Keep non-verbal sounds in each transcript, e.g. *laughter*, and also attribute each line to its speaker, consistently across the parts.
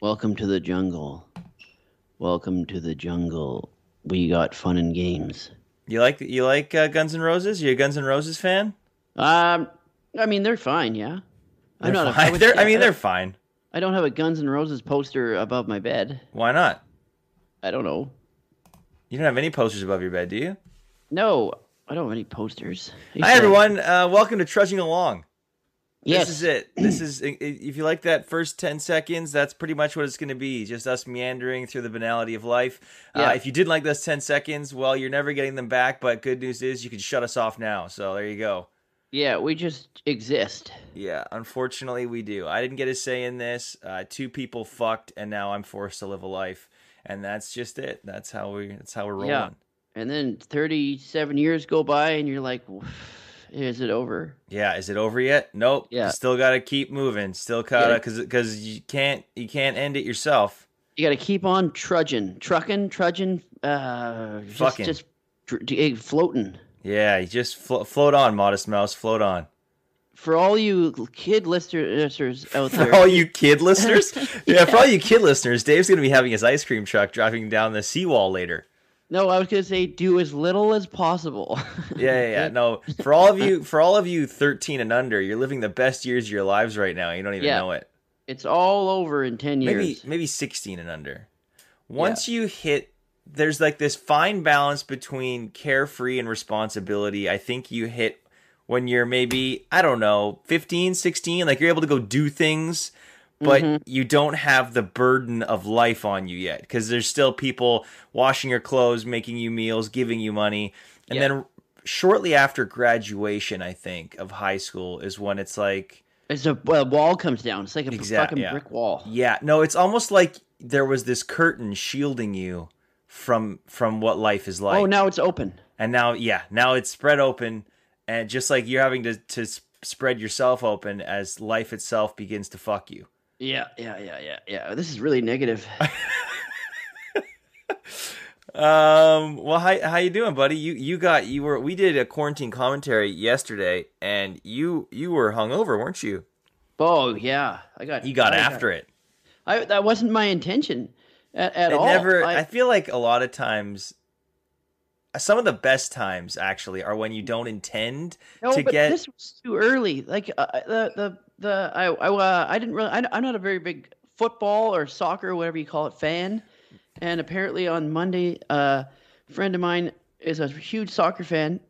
Speaker 1: Welcome to the jungle. Welcome to the jungle. We got fun and games.
Speaker 2: You like you like uh, Guns N' Roses? You a Guns N' Roses fan?
Speaker 1: Um, I mean they're fine, yeah.
Speaker 2: They're fine.
Speaker 1: would-
Speaker 2: *laughs* They're- I
Speaker 1: yeah,
Speaker 2: mean,
Speaker 1: I-
Speaker 2: they're fine.
Speaker 1: I don't have a Guns N' Roses poster above my bed.
Speaker 2: Why not?
Speaker 1: I don't know.
Speaker 2: You don't have any posters above your bed, do you?
Speaker 1: No, I don't have any posters.
Speaker 2: Hi, everyone. Uh, welcome to Trudging Along.
Speaker 1: Yes,
Speaker 2: This is it. This is, i- i- if you like that first 10 seconds, that's pretty much what it's going to be. Just us meandering through the banality of life. Uh,
Speaker 1: Yeah.
Speaker 2: if you did like those 10 seconds, well, you're never getting them back, but good news is you can shut us off now. So there you go.
Speaker 1: yeah, we just exist.
Speaker 2: Yeah, unfortunately, we do. I didn't get a say in this. Uh, two people fucked, and now I'm forced to live a life. And that's just it. That's how we. That's how we're rolling.
Speaker 1: Yeah. And then 37 years go by, and you're like, is it over?
Speaker 2: Yeah, is it over yet? Nope.
Speaker 1: Yeah.
Speaker 2: Still got to keep moving. Still gotta
Speaker 1: Yeah.
Speaker 2: because because you can't you can't end it yourself.
Speaker 1: You got to keep on trudging, trucking, trudging, uh, just,
Speaker 2: Fucking.
Speaker 1: just dr- d- eh, floating.
Speaker 2: Yeah, you just flo- float on, modest mouse. Float on. *laughs*
Speaker 1: For all you kid listeners out
Speaker 2: *laughs* For
Speaker 1: there,
Speaker 2: all you
Speaker 1: *laughs*
Speaker 2: kid listeners, yeah, for all you kid listeners, Dave's gonna be having his ice cream truck driving down the seawall later.
Speaker 1: no, I was gonna say do as little as possible. *laughs*
Speaker 2: *laughs* Yeah, yeah, yeah. No, for all of you, for all of you 13 and under, you're living the best years of your lives right now. You don't even
Speaker 1: Yeah.
Speaker 2: know it.
Speaker 1: it's all over in 10 years.
Speaker 2: maybe maybe 16 and under once you hit there's like this fine balance between carefree and responsibility i think you hit when you're maybe i don't know 15 16 like you're able to go do things but
Speaker 1: Mm-hmm.
Speaker 2: you don't have the burden of life on you yet because there's still people washing your clothes making you meals giving you money and
Speaker 1: Yeah.
Speaker 2: then shortly after graduation i think of high school is when it's like
Speaker 1: It's a, a wall comes down. It's like a
Speaker 2: Exact-
Speaker 1: fucking
Speaker 2: yeah.
Speaker 1: brick wall.
Speaker 2: yeah, no, it's almost like there was this curtain shielding you from from what life is like.
Speaker 1: oh, now it's open.
Speaker 2: And now yeah, now it's spread open and just like you're having to to s- spread yourself open as life itself begins to fuck you.
Speaker 1: Yeah, yeah, yeah, yeah, yeah. This is really
Speaker 2: *laughs*
Speaker 1: negative.
Speaker 2: Um, well how how you doing, buddy? You you got you were we did a quarantine commentary yesterday and you you were hungover, weren't you?
Speaker 1: oh yeah, I got.
Speaker 2: You got
Speaker 1: I
Speaker 2: after it.
Speaker 1: I, that wasn't my intention at, at
Speaker 2: It
Speaker 1: all.
Speaker 2: never
Speaker 1: I-
Speaker 2: I feel like a lot of times some of the best times actually are when you don't intend
Speaker 1: no,
Speaker 2: to
Speaker 1: but
Speaker 2: get
Speaker 1: this was too early. Like uh, the the the I I, uh, I didn't really. I, I'm not a very big football or soccer, whatever you call it, fan. And apparently on Monday, uh, a friend of mine is a huge soccer fan,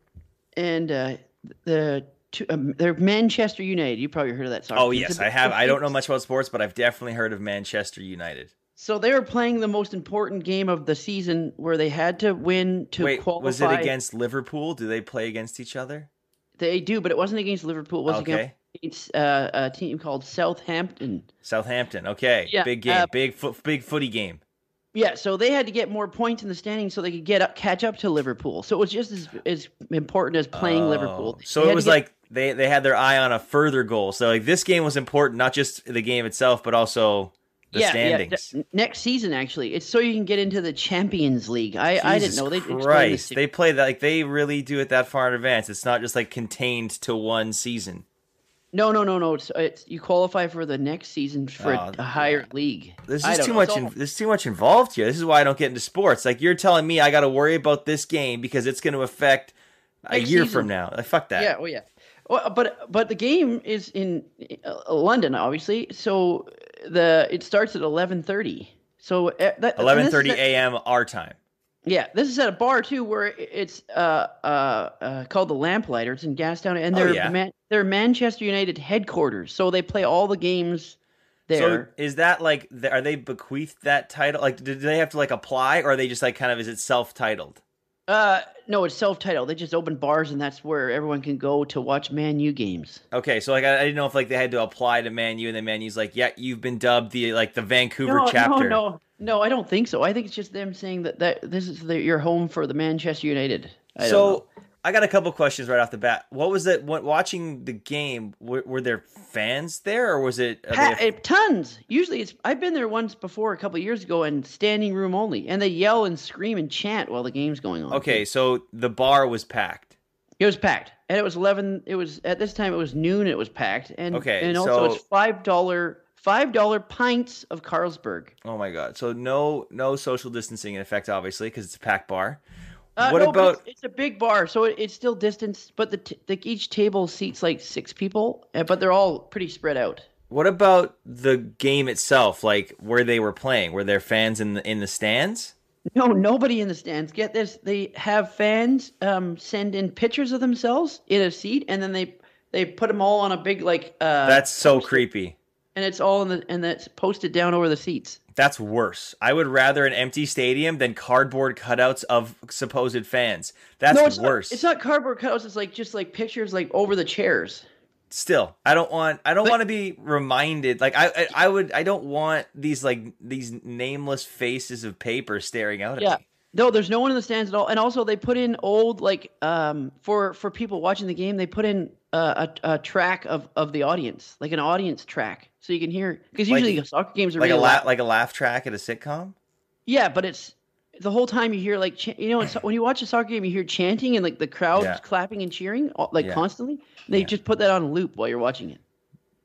Speaker 1: and uh, the two, um, they're Manchester United. You probably heard of that soccer.
Speaker 2: Oh
Speaker 1: team.
Speaker 2: yes,
Speaker 1: It's a
Speaker 2: I
Speaker 1: big-
Speaker 2: have. I don't know
Speaker 1: it's-
Speaker 2: much about sports, but I've definitely heard of Manchester United.
Speaker 1: So they were playing the most important game of the season, where they had to win to
Speaker 2: Wait,
Speaker 1: qualify.
Speaker 2: was it against Liverpool? Do they play against each other?
Speaker 1: They do, but it wasn't against Liverpool. It was
Speaker 2: Okay,
Speaker 1: against uh, a team called Southampton.
Speaker 2: Southampton. Okay,
Speaker 1: Yeah,
Speaker 2: big game,
Speaker 1: uh,
Speaker 2: big foot, big footy game.
Speaker 1: Yeah, so they had to get more points in the standings so they could get up, catch up to Liverpool. So it was just as, as important as playing Liverpool.
Speaker 2: Oh, So
Speaker 1: They
Speaker 2: it
Speaker 1: had to
Speaker 2: was
Speaker 1: get-
Speaker 2: like they they had their eye on a further goal. So like this game was important, not just the game itself, but also the standings.
Speaker 1: ne- next season, actually, it's so you can get into the Champions League. I, I didn't
Speaker 2: Jesus
Speaker 1: know they explained this.
Speaker 2: Christ,
Speaker 1: to me.
Speaker 2: they play that like they really do it that far in advance. It's not just like contained to one season.
Speaker 1: No, no, no, no. It's, it's you qualify for the next season for a-
Speaker 2: Oh,
Speaker 1: a higher league.
Speaker 2: There's
Speaker 1: I don't
Speaker 2: just too
Speaker 1: know. It's
Speaker 2: much.
Speaker 1: all-
Speaker 2: In, there's too much involved here. This is why I don't get into sports. Like you're telling me, I got to worry about this game because it's going to affect a
Speaker 1: Next
Speaker 2: year
Speaker 1: season.
Speaker 2: from now. Like, fuck that.
Speaker 1: Yeah, oh yeah. Well, but but the game is in uh, London, obviously. So the it starts at eleven thirty. So uh, that and
Speaker 2: Eleven
Speaker 1: this
Speaker 2: thirty
Speaker 1: is at-
Speaker 2: a.m. our time.
Speaker 1: Yeah, this is at a bar too, where i- it's uh, uh, uh, called the Lamplighter. It's in Gastown, and
Speaker 2: Oh,
Speaker 1: they're
Speaker 2: yeah.
Speaker 1: Man- they're Manchester United headquarters. So they play all the games there.
Speaker 2: So is that like? th- Are they bequeathed that title? Like, do they have to like apply, or are they just like kind of? Is it self-titled?
Speaker 1: uh, no, it's self titled. They just open bars, and that's where everyone can go to watch Man U games.
Speaker 2: Okay, so like I, I didn't know if like they had to apply to Man U, and then Man U's like, yeah, you've been dubbed the like the Vancouver
Speaker 1: no,
Speaker 2: chapter.
Speaker 1: No, no, no, I don't think so. I think it's just them saying that, that this is the, your home for the Manchester United. I don't know.
Speaker 2: so I got a couple questions right off the bat. What was it? What, watching the game, were, were there fans there, or was it? are
Speaker 1: Pa-
Speaker 2: they-
Speaker 1: eh, tons. Usually, it's I've been there once before a couple of years ago, and standing room only, and they yell and scream and chant while the game's going on.
Speaker 2: Okay, so the bar was packed.
Speaker 1: it was packed, and it was eleven. It was at this time it was noon. It was packed, and
Speaker 2: Okay,
Speaker 1: and also
Speaker 2: so-
Speaker 1: it's five dollar five dollar pints of Carlsberg.
Speaker 2: Oh my god. So no no social distancing in effect, obviously, because it's a packed bar.
Speaker 1: Uh,
Speaker 2: what
Speaker 1: no, but
Speaker 2: about
Speaker 1: it's, it's a big bar, so it, it's still distanced, but the t- like each table seats like six people, uh, but they're all pretty spread out. *laughs*
Speaker 2: what about the game itself? Like where they were playing? Were there fans in the in the stands?
Speaker 1: No, nobody in the stands. Get this: they have fans um, send in pictures of themselves in a seat, and then they they put them all on a big like uh,
Speaker 2: That's so creepy.
Speaker 1: and it's all in the and that's posted down over the seats.
Speaker 2: That's worse. I would rather an empty stadium than cardboard cutouts of supposed fans. That's
Speaker 1: no, it's
Speaker 2: worse.
Speaker 1: Not, it's not cardboard cutouts. It's like just like pictures like over the chairs.
Speaker 2: Still, I don't want. I don't
Speaker 1: But-
Speaker 2: want to be reminded. Like I, I, I would. I don't want these like these nameless faces of paper staring out at
Speaker 1: Yeah.
Speaker 2: me.
Speaker 1: No, there's no one in the stands at all. And also, they put in old like um for for people watching the game, they put in uh, a a track of of the audience, like an audience track, so you can hear because
Speaker 2: Like-
Speaker 1: usually soccer games are
Speaker 2: Like a
Speaker 1: really
Speaker 2: la-
Speaker 1: loud.
Speaker 2: like a laugh track at a sitcom.
Speaker 1: Yeah, but it's the whole time you hear like ch- you know it's, when you watch a soccer game, you hear chanting and like the crowd
Speaker 2: Yeah.
Speaker 1: clapping and cheering all- like
Speaker 2: Yeah.
Speaker 1: constantly. They
Speaker 2: Yeah.
Speaker 1: just put that on loop while you're watching it.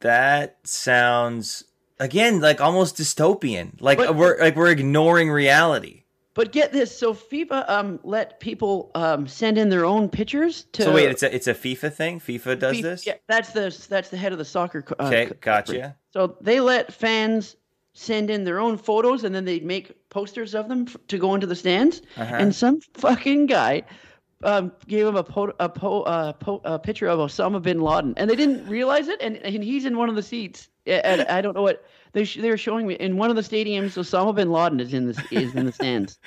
Speaker 2: That sounds again like almost dystopian. Like
Speaker 1: But-
Speaker 2: we're like we're ignoring reality.
Speaker 1: But get this, so FIFA um let people um send in their own pictures to.
Speaker 2: So wait, it's a it's a FIFA thing. FIFA does
Speaker 1: Fi-
Speaker 2: this.
Speaker 1: Yeah, that's the that's the head of the soccer. co- Uh,
Speaker 2: Okay,
Speaker 1: co- corporate.
Speaker 2: gotcha.
Speaker 1: So they let fans send in their own photos, and then they make posters of them f- to go into the stands.
Speaker 2: Uh-huh.
Speaker 1: And some fucking guy um, gave him a po- a, po- uh, po- a picture of Osama bin Laden, and they didn't realize it. And, and he's in one of the seats. A- And I don't know what they sh- they were showing me in one of the stadiums. Osama bin Laden is in this is in the stands.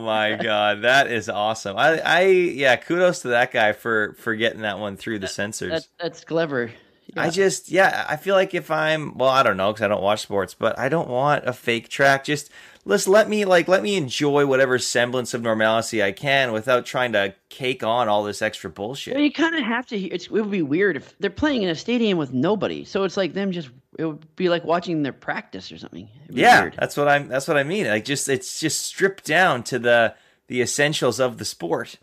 Speaker 1: *laughs*
Speaker 2: my god, that is awesome. I I yeah, kudos to that guy for for getting that one through the censors.
Speaker 1: That, that's clever.
Speaker 2: I just yeah, I feel like if I'm well, I don't know because I don't watch sports, but I don't want a fake track. Just let's let me like let me enjoy whatever semblance of normalcy I can without trying to cake on all this extra bullshit.
Speaker 1: Well, you kind of have to. hear- It's, it would be weird if they're playing in a stadium with nobody. So it's like them just. It would be like watching their practice or something. It'd be
Speaker 2: yeah,
Speaker 1: weird.
Speaker 2: that's what I'm. That's what I mean. Like just it's just stripped down to the the essentials of the sport.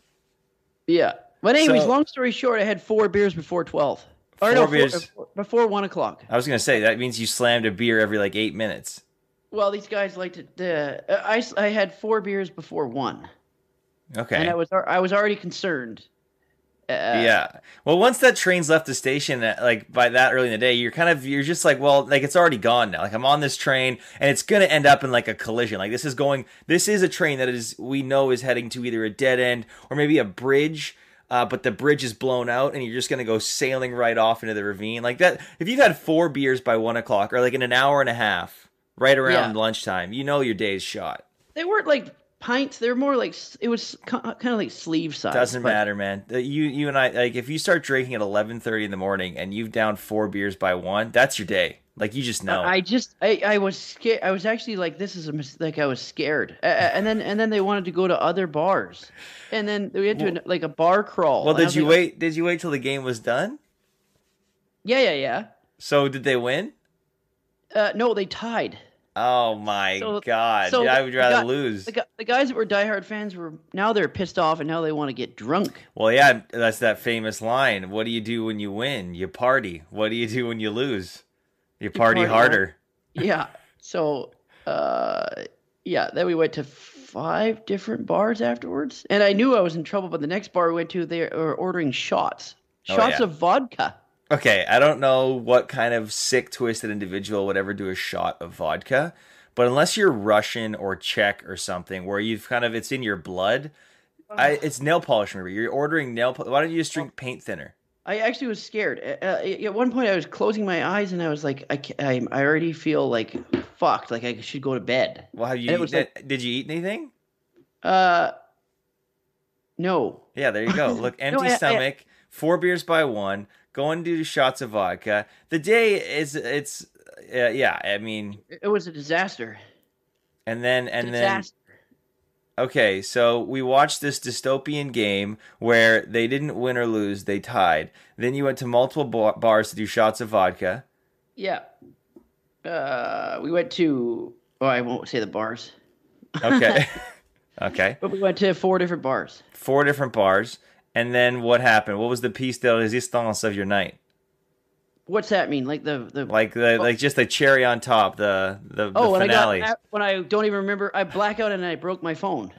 Speaker 1: yeah. But anyways,
Speaker 2: So-
Speaker 1: long story short, I had four beers before twelve. Or no,
Speaker 2: Four beers.
Speaker 1: before, before one o'clock.
Speaker 2: I was gonna say that means you slammed a beer every like eight minutes.
Speaker 1: Well, these guys like to. Uh, I I had four beers before one,
Speaker 2: Okay,
Speaker 1: and I was al- I was already concerned. Uh,
Speaker 2: yeah. Well, once that train's left the station, uh, like by that early in the day, you're kind of you're just like, well, like it's already gone now. Like I'm on this train, and it's gonna end up in like a collision. Like this is going. This is a train that is we know is heading to either a dead end or maybe a bridge. Uh, but the bridge is blown out, and you're just gonna go sailing right off into the ravine like that. If you've had four beers by one o'clock, or like in an hour and a half, right around
Speaker 1: Yeah.
Speaker 2: lunchtime, you know your day's shot.
Speaker 1: They weren't like pints. They were more like s- it was kind of like sleeve size.
Speaker 2: Doesn't
Speaker 1: but-
Speaker 2: matter, man. Uh, You you and I like if you start drinking at eleven thirty in the morning and you've downed four beers by one, that's your day. Like you just know.
Speaker 1: I just I, I was scared. I was actually like, this is a mis- like I was scared. Uh, and then and then they wanted to go to other bars, and then we had to an- like a bar crawl.
Speaker 2: well,
Speaker 1: And I
Speaker 2: did
Speaker 1: was
Speaker 2: you
Speaker 1: like,
Speaker 2: wait? Did you wait till the game was done?
Speaker 1: Yeah, yeah, yeah.
Speaker 2: So did they win?
Speaker 1: Uh, no, they tied.
Speaker 2: Oh my
Speaker 1: So-
Speaker 2: god!
Speaker 1: so
Speaker 2: I
Speaker 1: the-
Speaker 2: would rather
Speaker 1: the guy-
Speaker 2: lose.
Speaker 1: The, gu- the guys that were diehard fans were now they're pissed off and now they want to get drunk.
Speaker 2: well, yeah, that's that famous line. What do you do when you win? You party. What do you do when you lose? You party,
Speaker 1: party
Speaker 2: harder.
Speaker 1: Yeah. so, uh, yeah. Then we went to five different bars afterwards, and I knew I was in trouble. But the next bar we went to, they were ordering shots,
Speaker 2: Oh,
Speaker 1: shots
Speaker 2: yeah.
Speaker 1: of vodka.
Speaker 2: Okay, I don't know what kind of sick, twisted individual would ever do a shot of vodka, but unless you're Russian or Czech or something, where you've kind of it's in your blood, I, it's nail polish. Remember, you're ordering nail. Po- Why don't you just drink paint thinner?
Speaker 1: I actually was scared. Uh, uh, at one point, I was closing my eyes and I was like, I, ca- I, I already feel like fucked. Like I should go to bed.
Speaker 2: Well, have you
Speaker 1: And it was
Speaker 2: eaten it? did you eat anything?
Speaker 1: Uh, no.
Speaker 2: Yeah, there you
Speaker 1: *laughs*
Speaker 2: go. Look, empty
Speaker 1: I- I-
Speaker 2: stomach, four beers by one, go and do shots of vodka. The day is it's uh, yeah. I mean,
Speaker 1: It was a disaster.
Speaker 2: and then and then
Speaker 1: disaster.
Speaker 2: Okay, so we watched this dystopian game where they didn't win or lose, they tied. Then you went to multiple bar- bars to do shots of vodka.
Speaker 1: Yeah. Uh, we went to. Oh, I won't say the bars, *laughs*
Speaker 2: Okay. *laughs* okay.
Speaker 1: but we went to four different bars.
Speaker 2: Four different bars. And then what happened? What was the piece de resistance of your night?
Speaker 1: What's that mean? Like the the
Speaker 2: Like the like just the cherry on top, the the,
Speaker 1: oh,
Speaker 2: the
Speaker 1: when
Speaker 2: finale.
Speaker 1: I got when I don't even remember, I black out and I broke my phone.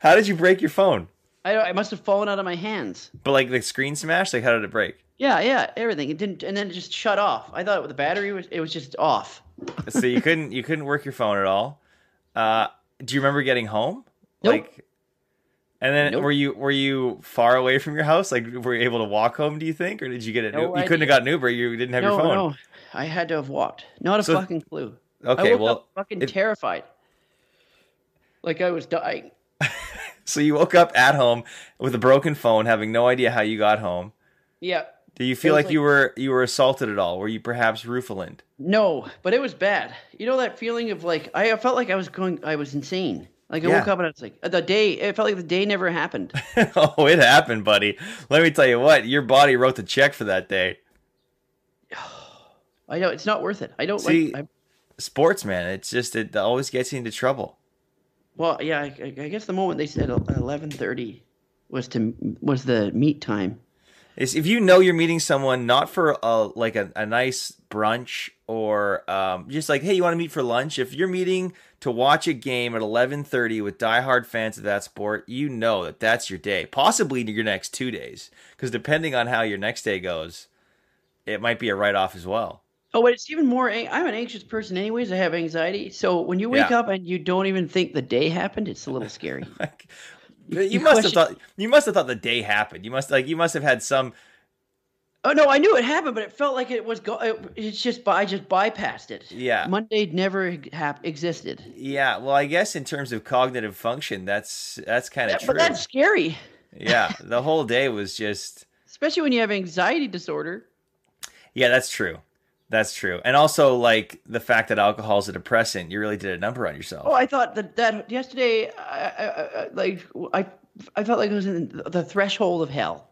Speaker 2: How did you break your phone?
Speaker 1: I I must have fallen out of my hands.
Speaker 2: But like the screen smash, like how did it break?
Speaker 1: Yeah, yeah, everything. It didn't, and then it just shut off. I thought the battery was it was just off.
Speaker 2: so you couldn't you couldn't work your phone at all. Uh, do you remember getting home?
Speaker 1: Nope.
Speaker 2: Like, and then
Speaker 1: Nope.
Speaker 2: were you were you far away from your house? Like, were you able to walk home? Do you think, or did you get it?
Speaker 1: No
Speaker 2: you couldn't have
Speaker 1: idea.
Speaker 2: got an Uber. You didn't have
Speaker 1: no,
Speaker 2: your phone.
Speaker 1: no, I had to have walked. Not a
Speaker 2: So-
Speaker 1: fucking clue. I
Speaker 2: Okay,
Speaker 1: woke
Speaker 2: well,
Speaker 1: up fucking
Speaker 2: if-
Speaker 1: terrified. Like I was dying.
Speaker 2: so you woke up at home with a broken phone, having no idea how you got home.
Speaker 1: Yeah.
Speaker 2: Do you feel
Speaker 1: was
Speaker 2: like, you were you were assaulted at all? Were you perhaps roofilined?
Speaker 1: No, but it was bad. You know that feeling of like I I felt like I was going I was insane. Like I
Speaker 2: Yeah.
Speaker 1: woke up and I was like the day it felt like the day never happened.
Speaker 2: *laughs*
Speaker 1: *laughs*
Speaker 2: oh, it happened, buddy. Let me tell you what. Your body wrote the check for that day.
Speaker 1: I know it's not worth it. I don't
Speaker 2: See-
Speaker 1: like I,
Speaker 2: Sports, man. It's just it always gets you into trouble.
Speaker 1: well yeah, I, I guess the moment they said 11:30 was to was the meet time.
Speaker 2: is if you know you're meeting someone not for a like a, a nice brunch or um, just like hey you want to meet for lunch if you're meeting to watch a game at 11.30 with diehard fans of that sport you know that that's your day possibly your next two days because depending on how your next day goes it might be a write-off as well *laughs*
Speaker 1: Oh, but it's even more. an- I'm an anxious person, anyways. I have anxiety. So when you wake
Speaker 2: Yeah.
Speaker 1: up and you don't even think the day happened, it's a little scary. *laughs*
Speaker 2: like, you,
Speaker 1: You- you
Speaker 2: must
Speaker 1: question-
Speaker 2: have thought you must have thought the day happened you must like you must have had some
Speaker 1: oh no, I knew it happened, but it felt like it was. Go- it, it's just by- I just bypassed it.
Speaker 2: Yeah.
Speaker 1: Monday never e, hap- existed.
Speaker 2: yeah well i guess in terms of cognitive function that's that's kind of
Speaker 1: That-
Speaker 2: true
Speaker 1: but that's scary,
Speaker 2: yeah the whole day was just
Speaker 1: especially when you have anxiety disorder.
Speaker 2: Yeah, that's true. That's true. And also like the fact that alcohol is a depressant, you really did a number on yourself.
Speaker 1: Oh, I thought that that yesterday, I, I, I- I, like I, I felt like it was in the threshold of
Speaker 2: *laughs*
Speaker 1: hell.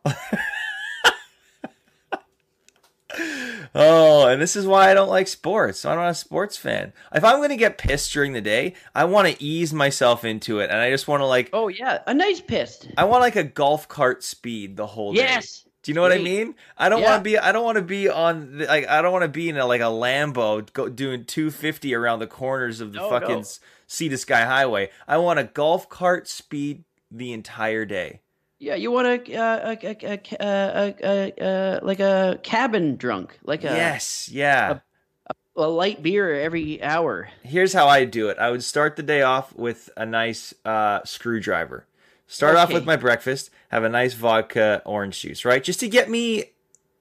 Speaker 2: Oh, and this is why I don't like sports. I'm not a sports fan. If I'm going to get pissed during the day, I want to ease myself into it and I just want to like
Speaker 1: oh yeah, a nice pissed.
Speaker 2: I want like a golf cart speed the whole day.
Speaker 1: Yes.
Speaker 2: Do you know what I
Speaker 1: Sweet.
Speaker 2: mean? I don't
Speaker 1: Yeah.
Speaker 2: want to be. I don't want to be on. The, like I don't want to be in a, like a Lambo go, doing 250 around the corners of the
Speaker 1: No,
Speaker 2: fucking
Speaker 1: no.
Speaker 2: s- Sea to Sky Highway. I want a golf cart speed the entire day.
Speaker 1: Yeah, you want a, uh, a, a, a, a, a, a, a like a cabin drunk, like a,
Speaker 2: Yes, yeah.
Speaker 1: a light beer every hour.
Speaker 2: Here's how I do it. I would start the day off with a nice uh, screwdriver. Start off with
Speaker 1: Okay.
Speaker 2: my breakfast. Have a nice vodka orange juice, right? Just to get me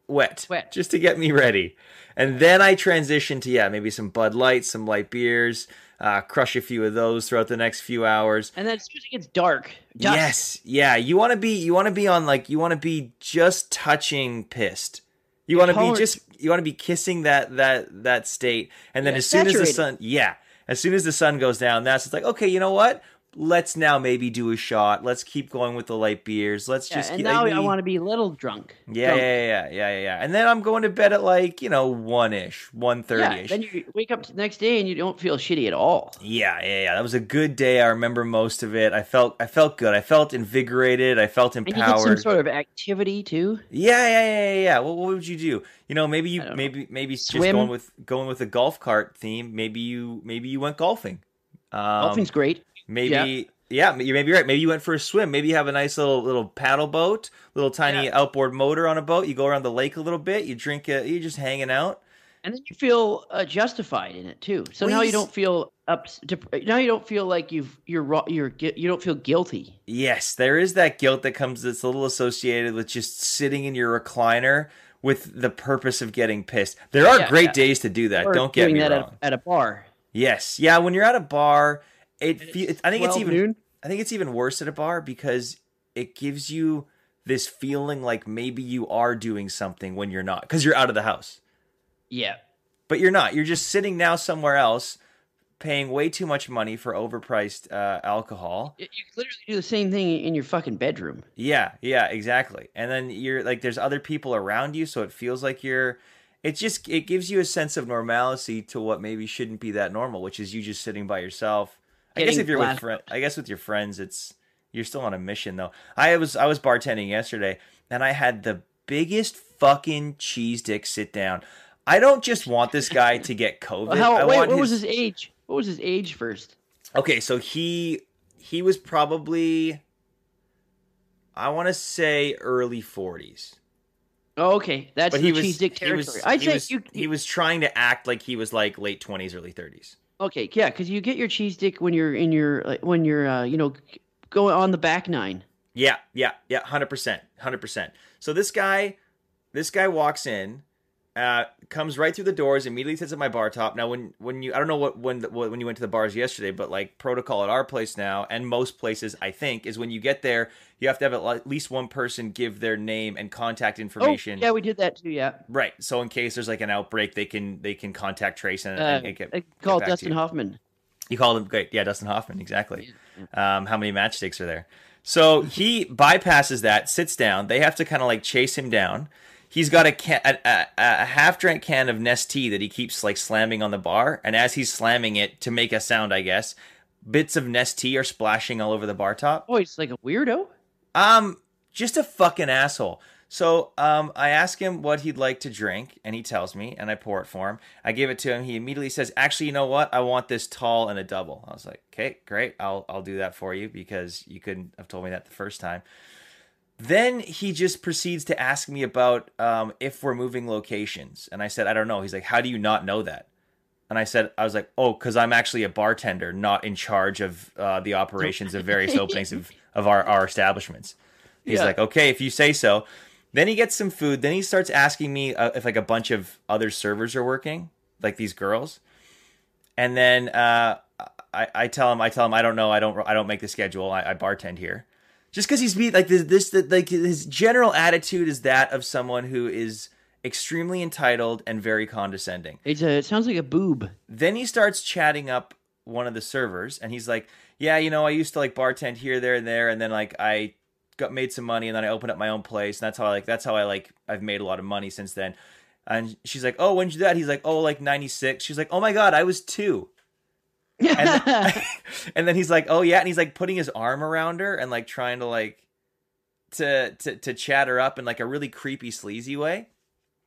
Speaker 2: wet,
Speaker 1: Wet.
Speaker 2: just to get me ready. And then I transition to yeah, maybe some Bud Lights, some light beers. Uh, crush a few of those throughout the next few hours.
Speaker 1: And then as soon as it gets dark, dusk.
Speaker 2: Yes, yeah. You want to be you want to be on like you want to be just touching pissed. You want to be
Speaker 1: tolerance-
Speaker 2: just you want to be kissing that that that state, and then
Speaker 1: Yeah,
Speaker 2: as soon as the
Speaker 1: saturated.
Speaker 2: sun, yeah, as soon as the sun goes down, that's it's like okay, you know what? Let's now maybe do a shot. Let's keep going with the light beers. Let's
Speaker 1: Yeah,
Speaker 2: just
Speaker 1: and
Speaker 2: keep-
Speaker 1: now I
Speaker 2: mean,
Speaker 1: want to be little drunk.
Speaker 2: Yeah,
Speaker 1: drunk.
Speaker 2: yeah, yeah, yeah, yeah, yeah. And then I'm going to bed at like you know one ish, one thirty
Speaker 1: Yeah,
Speaker 2: ish.
Speaker 1: then you wake up the next day and you don't feel shitty at all.
Speaker 2: Yeah, yeah, yeah. That was a good day. I remember most of it. I felt, I felt good. I felt invigorated. I felt
Speaker 1: And you did some
Speaker 2: empowered.
Speaker 1: sort of activity too.
Speaker 2: Yeah, yeah, yeah, yeah, yeah. Well, what would you do? You know, maybe you
Speaker 1: I don't know.
Speaker 2: maybe maybe just
Speaker 1: Swim?
Speaker 2: going with going with a golf cart theme. Maybe you maybe you went golfing. Um,
Speaker 1: Golfing's great.
Speaker 2: maybe yeah. you may be right. Maybe you went for a swim. Maybe you have a nice little little paddle boat, little tiny outboard motor on a boat. You go around the lake a little bit. You drink. A, you're just hanging out.
Speaker 1: And then you feel uh, justified in it too. So now
Speaker 2: Well, you
Speaker 1: you don't feel up. Dep- now you don't feel like you've you're ro- you're gui- you don't feel guilty.
Speaker 2: Yes, there is that guilt that comes that's a little associated with just sitting in your recliner with the purpose of getting pissed. There are
Speaker 1: Yeah,
Speaker 2: great
Speaker 1: yeah.
Speaker 2: days to do that.
Speaker 1: Or
Speaker 2: Don't get
Speaker 1: doing
Speaker 2: me
Speaker 1: that
Speaker 2: wrong.
Speaker 1: At, at a bar.
Speaker 2: Yes. Yeah, when you're at a bar, it feels I think it's
Speaker 1: 12
Speaker 2: even
Speaker 1: noon?
Speaker 2: I think it's even worse at a bar because it gives you this feeling like maybe you are doing something when you're not cuz you're out of the house.
Speaker 1: Yeah.
Speaker 2: But you're not. You're just sitting now somewhere else paying way too much money for overpriced uh, alcohol.
Speaker 1: You you could literally do the same thing in your fucking bedroom.
Speaker 2: Yeah, yeah, exactly. And then you're like there's other people around you so it feels like you're it just it gives you a sense of normalcy to what maybe shouldn't be that normal, which is you just sitting by yourself. I guess
Speaker 1: Getting
Speaker 2: if you're with
Speaker 1: blackout.
Speaker 2: friend, I guess with your friends, it's you're still on a mission though. I was I was bartending yesterday and I had the biggest fucking cheese dick sit down. I don't just want this guy to get
Speaker 1: *laughs*
Speaker 2: COVID.
Speaker 1: How,
Speaker 2: I
Speaker 1: wait,
Speaker 2: want
Speaker 1: what was
Speaker 2: his-
Speaker 1: his age? What was his age first?
Speaker 2: Okay, so he he was probably I want to say early 40s.
Speaker 1: Oh, okay, that's
Speaker 2: But
Speaker 1: the
Speaker 2: he was
Speaker 1: cheese dick
Speaker 2: he
Speaker 1: territory.
Speaker 2: was,
Speaker 1: I'd
Speaker 2: he
Speaker 1: say
Speaker 2: was-
Speaker 1: you,
Speaker 2: he was trying to act like he was like late 20s early 30s.
Speaker 1: okay, yeah, because you get your cheese dick when you're in your like, when you're uh, you know going on the back nine.
Speaker 2: Yeah, yeah, yeah, 100%. 100%. So this guy this guy walks in uh, comes right through the doors, immediately sits at my bar top. Now, when when you, I don't know what when the, when you went to the bars yesterday, but like protocol at our place now, and most places I think is when you get there, you have to have at least one person give their name and contact
Speaker 1: Oh,
Speaker 2: information.
Speaker 1: yeah, we did that too. Yeah,
Speaker 2: Right. So in case there's like an outbreak, they can they can contact Trace and,
Speaker 1: uh,
Speaker 2: and get,
Speaker 1: I
Speaker 2: get
Speaker 1: called
Speaker 2: back to
Speaker 1: Dustin
Speaker 2: you.
Speaker 1: Hoffman.
Speaker 2: You called him great. Yeah, Dustin Hoffman. Exactly. Um, how many matchsticks are there? So he bypasses that, sits down. They have to kind of like chase him down. He's got a, can- a, a, a half drank can of Nestea that he keeps like slamming on the bar. And as he's slamming it to make a sound, I guess, bits of Nestea are splashing all over the bar top.
Speaker 1: Oh, he's like a weirdo.
Speaker 2: Um, just a fucking asshole. So, um, I ask him what he'd like to drink, and he tells me, and I pour it for him. I give it to him. He immediately says, "Actually, you know what? I want this tall and a double." I was like, "Okay, great. I'll I'll do that for you because you couldn't have told me that the first time." Then he just proceeds to ask me about um, if we're moving locations, and I said, "I don't know." He's like, "How do you not know that?" And I said, "I was like, oh, because I'm actually a bartender, not in charge of uh, the operations of various openings of of our our establishments." He's
Speaker 1: Yeah.
Speaker 2: like, okay, if you say so. Then he gets some food. Then he starts asking me uh, if like a bunch of other servers are working, like these girls. And then uh, I, I tell him, I tell him, I don't know, I don't, I don't make the schedule. I, I bartend here, just because he's be like this, this, that like his general attitude is that of someone who is extremely entitled and very condescending
Speaker 1: It's a, it sounds like a boob. *laughs*
Speaker 2: then he starts chatting up one of the servers and he's like yeah you know i used to like bartend here there and there and then like i got made some money and then i opened up my own place and that's how i like that's how i like i've made a lot of money since then and she's like oh when did you do that he's like oh like 96 she's like oh my god i was two and, and then *laughs* he's like oh yeah and he's like putting his arm around her and like trying to like to to to chat her up in like a really creepy sleazy way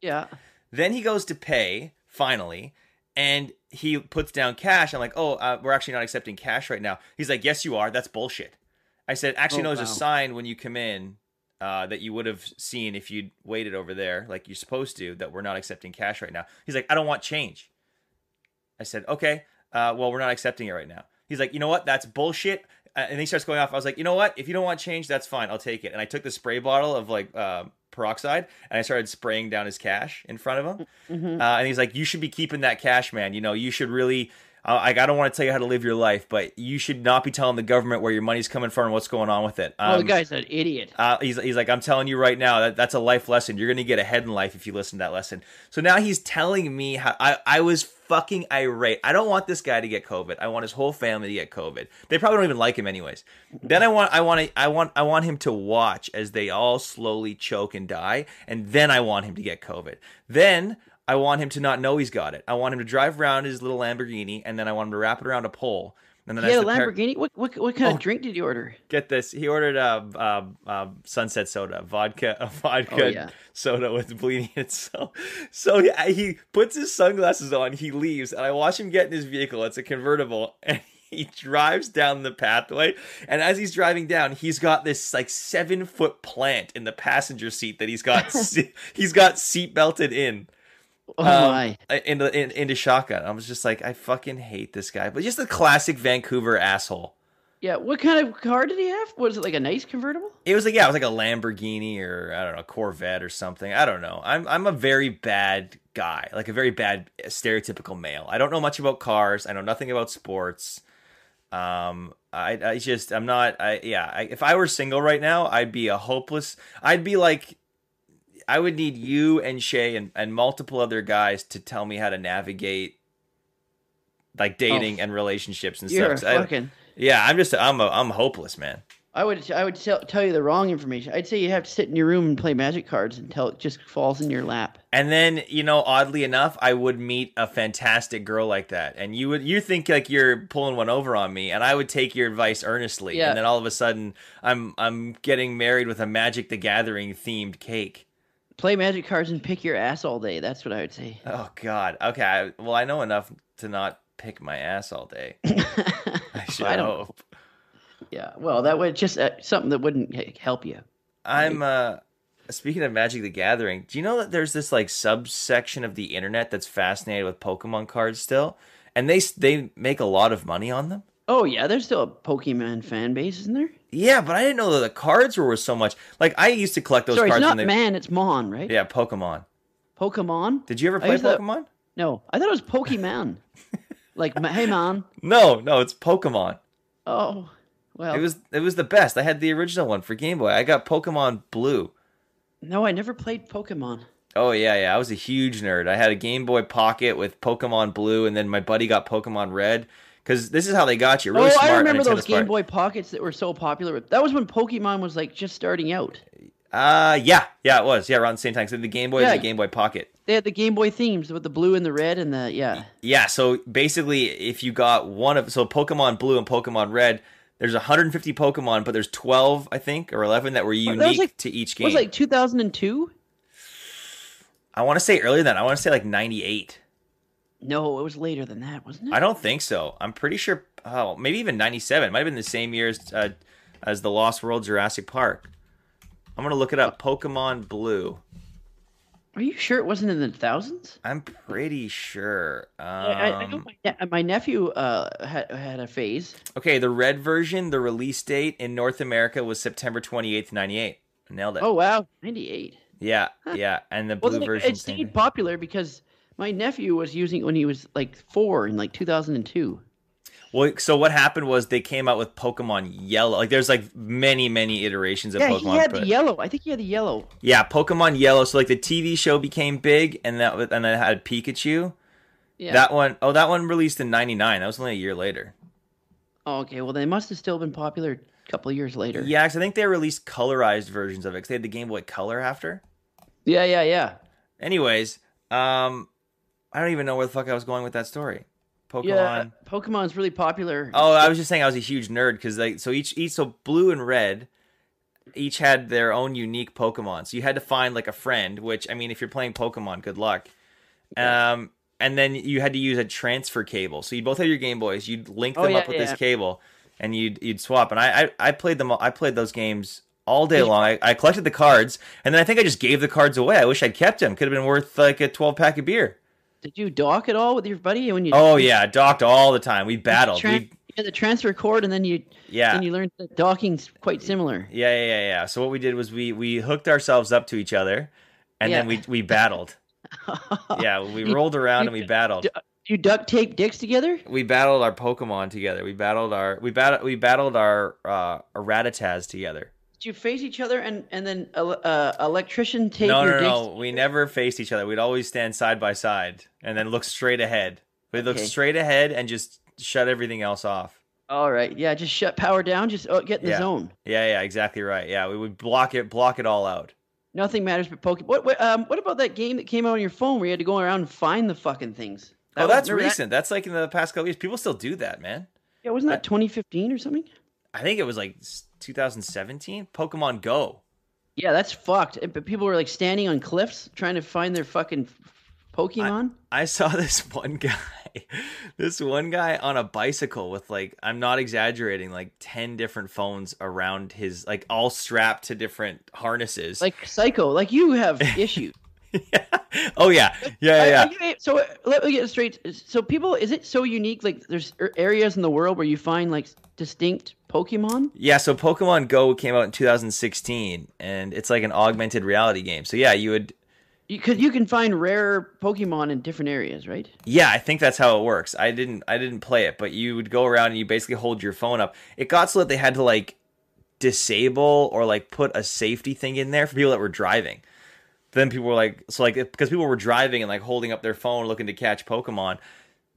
Speaker 1: yeah.
Speaker 2: then he goes to pay finally, and he puts down cash. I'm like, oh, uh, we're actually not accepting cash right now. He's like, yes, you are. That's bullshit. I said, actually,
Speaker 1: Oh,
Speaker 2: no, there's
Speaker 1: wow.
Speaker 2: a sign when you come in uh, that you would have seen if you'd waited over there, like you're supposed to, that we're not accepting cash right now. He's like, I don't want change. I said, okay, uh, well, we're not accepting it right now. He's like, you know what? That's bullshit. Uh, and he starts going off. I was like, you know what? If you don't want change, that's fine. I'll take it. And I took the spray bottle of like uh, peroxide and I started spraying down his cash in front of him.
Speaker 1: Mhm.
Speaker 2: Uh, and he's like, you should be keeping that cash, man. You know, you should really. Uh, like, I don't want to tell you how to live your life, but you should not be telling the government where your money's coming from and what's going on with it.
Speaker 1: oh, the
Speaker 2: Um,
Speaker 1: guy's an idiot.
Speaker 2: uh, he's, he's like, I'm telling you right now, that, that's a life lesson. You're going to get ahead in life if you listen to that lesson. So now he's telling me how I, I was fucking irate. I don't want this guy to get COVID. I want his whole family to get COVID. They probably don't even like him anyways. Then I want, I want, to, I want, I want him to watch as they all slowly choke and die. And then I want him to get COVID. Then I want him to not know he's got it. I want him to drive around his little Lamborghini and then I want him to wrap it around a pole. And then
Speaker 1: He had
Speaker 2: as
Speaker 1: a
Speaker 2: the par-
Speaker 1: Lamborghini. What what what kind
Speaker 2: Oh.
Speaker 1: of drink did he order?
Speaker 2: get this. He ordered a, a, a sunset soda, vodka, *laughs* a vodka
Speaker 1: Oh, yeah.
Speaker 2: soda with bleeding it. *laughs* So, so he, he puts his sunglasses on. He leaves, and I watch him get in his vehicle. It's a convertible, *laughs* and he drives down the pathway. And as he's driving down, he's got this like seven foot plant in the passenger seat that
Speaker 1: *laughs*
Speaker 2: he's got. se- he's got seat belted in
Speaker 1: Oh
Speaker 2: um,
Speaker 1: my!
Speaker 2: in the in, into shotgun. I was just like, I fucking hate this guy, but just the classic Vancouver asshole.
Speaker 1: Yeah. What kind of car did he have? Was it like a nice convertible?
Speaker 2: It was like yeah, it was like a Lamborghini or I don't know, Corvette or something. I don't know. I'm I'm a very bad guy, like a very bad stereotypical male. I don't know much about cars. I know nothing about sports. Um, I I just I'm not. I yeah. I, if I were single right now, I'd be a hopeless. I'd be like, I would need you and Shay and and multiple other guys to tell me how to navigate like dating and relationships and
Speaker 1: You're
Speaker 2: stuff. So I-
Speaker 1: fucking.
Speaker 2: yeah, I'm just I'm a I'm hopeless, man.
Speaker 1: I would I would tell, tell you the wrong information. I'd say you have to sit in your room and play magic cards until it just falls in your lap.
Speaker 2: And then, you know, oddly enough, I would meet a fantastic girl like that. And you would you think like you're pulling one over on me and I would take your advice earnestly.
Speaker 1: Yeah.
Speaker 2: And then all of a sudden I'm I'm getting married with a Magic the Gathering themed cake.
Speaker 1: play magic cards and pick your ass all day. That's what I would say.
Speaker 2: Oh God. Okay. I, well, I know enough to not pick my ass
Speaker 1: *laughs*
Speaker 2: all day. I should
Speaker 1: I don't-
Speaker 2: hope.
Speaker 1: Yeah. Well, that would just uh, something that wouldn't h- help you.
Speaker 2: I'm uh speaking of Magic the Gathering, do you know that there's this like subsection of the internet that's fascinated with Pokemon cards still? And they s- they make a lot of money on them?
Speaker 1: Oh yeah, there's still a Pokemon fan base, isn't there?
Speaker 2: Yeah, but I didn't know that the cards were worth so much. Like I used to collect those
Speaker 1: Sorry, it's
Speaker 2: cards
Speaker 1: not
Speaker 2: when they
Speaker 1: man, it's mon, right?
Speaker 2: Yeah, Pokemon.
Speaker 1: Pokemon.
Speaker 2: Did you ever
Speaker 1: I
Speaker 2: play
Speaker 1: used to-
Speaker 2: Pokemon?
Speaker 1: No, I thought it was
Speaker 2: *laughs*
Speaker 1: Pokemon. like, ma- hey man.
Speaker 2: No, no, it's Pokemon.
Speaker 1: Oh, well.
Speaker 2: It was it was the best. I had the original one for Game Boy. I got Pokemon Blue.
Speaker 1: no, I never played Pokemon.
Speaker 2: Oh yeah, yeah. I was a huge nerd. I had a Game Boy Pocket with Pokemon Blue, and then my buddy got Pokemon Red. Because this is how they got you. Really
Speaker 1: oh,
Speaker 2: smart
Speaker 1: I
Speaker 2: on
Speaker 1: remember those
Speaker 2: Nintendo's
Speaker 1: Game
Speaker 2: part.
Speaker 1: Boy Pockets that were so popular. That was when Pokemon was like just starting out.
Speaker 2: Uh yeah, yeah, it was. Yeah, around the same time. So the Game Boy
Speaker 1: Yeah.
Speaker 2: and the Game Boy Pocket.
Speaker 1: They had the Game Boy themes with the blue and the red and the yeah.
Speaker 2: Yeah, so basically if you got one of so Pokemon Blue and Pokemon Red, there's 150 Pokemon, but there's 12, I think, or 11 that were
Speaker 1: was
Speaker 2: unique
Speaker 1: like-
Speaker 2: to each
Speaker 1: It
Speaker 2: game.
Speaker 1: was like 2002?
Speaker 2: I want to say earlier than that. I want to say like 98.
Speaker 1: No, it was later than that, wasn't it?
Speaker 2: I don't think so. I'm pretty sure oh, maybe even 97. It might have been the same year as, uh, as The Lost World Jurassic Park. I'm going to look it up. Pokemon Blue.
Speaker 1: Are you sure it wasn't in the thousands?
Speaker 2: I'm pretty sure. Um,
Speaker 1: I, I, I know my, ne- my nephew uh, had, had a phase.
Speaker 2: Okay, the red version, the release date in North America was September 28th, 98. Nailed it.
Speaker 1: Oh wow, 98.
Speaker 2: Yeah, yeah. And the blue
Speaker 1: Well, then it,
Speaker 2: version.
Speaker 1: it
Speaker 2: same
Speaker 1: stayed
Speaker 2: day.
Speaker 1: popular because my nephew was using it when he was like four in like 2002.
Speaker 2: Well, so what happened was they came out with Pokemon Yellow. Like there's like many, many iterations of
Speaker 1: Yeah,
Speaker 2: Pokemon.
Speaker 1: he had
Speaker 2: but-
Speaker 1: the yellow. I think he had the yellow.
Speaker 2: yeah, Pokemon Yellow. So like the TV show became big and that was- and then it had Pikachu.
Speaker 1: Yeah.
Speaker 2: That one oh that one released in 99. That was only a year later.
Speaker 1: Oh, okay. Well, they must have still been popular a couple of years later.
Speaker 2: Yeah, 'cause I think they released colorized versions of it cuz they had the Game Boy Color after.
Speaker 1: Yeah. Yeah. Yeah.
Speaker 2: Anyways, um I don't even know where the fuck I was going with that story. Pokemon
Speaker 1: Yeah. Pokemon's really popular.
Speaker 2: Oh, I was just saying I was a huge nerd because like so each each so blue and red each had their own unique Pokemon. So you had to find like a friend, which I mean, if you're playing Pokemon, good luck. Um, and then you had to use a transfer cable. So you both had your Game Boys. You'd link
Speaker 1: Oh,
Speaker 2: them
Speaker 1: yeah,
Speaker 2: up with
Speaker 1: yeah.
Speaker 2: this cable, and you'd you'd swap. And I I, I played them. all- I played those games all day
Speaker 1: Did you-
Speaker 2: long. I, I collected the cards, and then I think I just gave the cards away. I wish I'd kept them. Could have been worth like a twelve pack of beer.
Speaker 1: Did you dock at all with your buddy when you?
Speaker 2: Oh yeah, I docked all the time. We battled.
Speaker 1: Tran-
Speaker 2: We,
Speaker 1: you had the transfer cord, and then you
Speaker 2: yeah.
Speaker 1: then you learned that docking's quite similar. *laughs*
Speaker 2: Yeah, yeah, yeah, yeah. So what we did was we we hooked ourselves up to each other, and then we
Speaker 1: Yeah. *laughs*
Speaker 2: we battled. yeah, we
Speaker 1: You-
Speaker 2: rolled around
Speaker 1: you *laughs*
Speaker 2: and we
Speaker 1: d-
Speaker 2: battled.
Speaker 1: d- You duct tape dicks together.
Speaker 2: We battled our Pokemon together. We battled our we battled we battled our uh, Rattatas together.
Speaker 1: Did you face each other, and and then uh, uh, electrician tape
Speaker 2: no,
Speaker 1: your
Speaker 2: no, no,
Speaker 1: dicks?
Speaker 2: We never faced each other. We'd always stand side by side and then look straight ahead. We would look
Speaker 1: Okay.
Speaker 2: straight ahead and just shut everything else off.
Speaker 1: All right. Yeah. Just shut power down. Just oh, get in
Speaker 2: Yeah.
Speaker 1: the zone.
Speaker 2: Yeah, yeah, exactly right. Yeah, we would block it, block it all out.
Speaker 1: Nothing matters but Pokemon. What, what um what about that game that came out on your phone where you had to go around and find the fucking things? That
Speaker 2: oh,
Speaker 1: was-
Speaker 2: that's
Speaker 1: remember that?
Speaker 2: recent. That's like in the past couple years. People still do that, man.
Speaker 1: Yeah, wasn't that 2015 or something?
Speaker 2: I think it was like s- 2017. Pokemon Go.
Speaker 1: Yeah, that's fucked. And- But people were like standing on cliffs trying to find their fucking Pokemon.
Speaker 2: I saw *laughs* this one guy, this one guy on a bicycle with like, I'm not exaggerating, like 10 different phones around his, like all strapped to different harnesses.
Speaker 1: like psycho, like you have issues.
Speaker 2: *laughs* oh, yeah. Yeah,
Speaker 1: I-
Speaker 2: yeah.
Speaker 1: I- I- so uh, let me get it straight. So people, is it so unique? Like there's a- areas in the world where you find like distinct Pokemon.
Speaker 2: Yeah, so Pokemon Go came out in 2016, and it's like an augmented reality game. So, yeah, you would.
Speaker 1: Because you, can find rare Pokemon in different areas, right?
Speaker 2: Yeah, I think that's how it works. I didn't I didn't play it, but you would go around and you basically hold your phone up. It got so that they had to like disable or like put a safety thing in there for people that were driving. Then people were like so like because people were driving and like holding up their phone looking to catch Pokemon,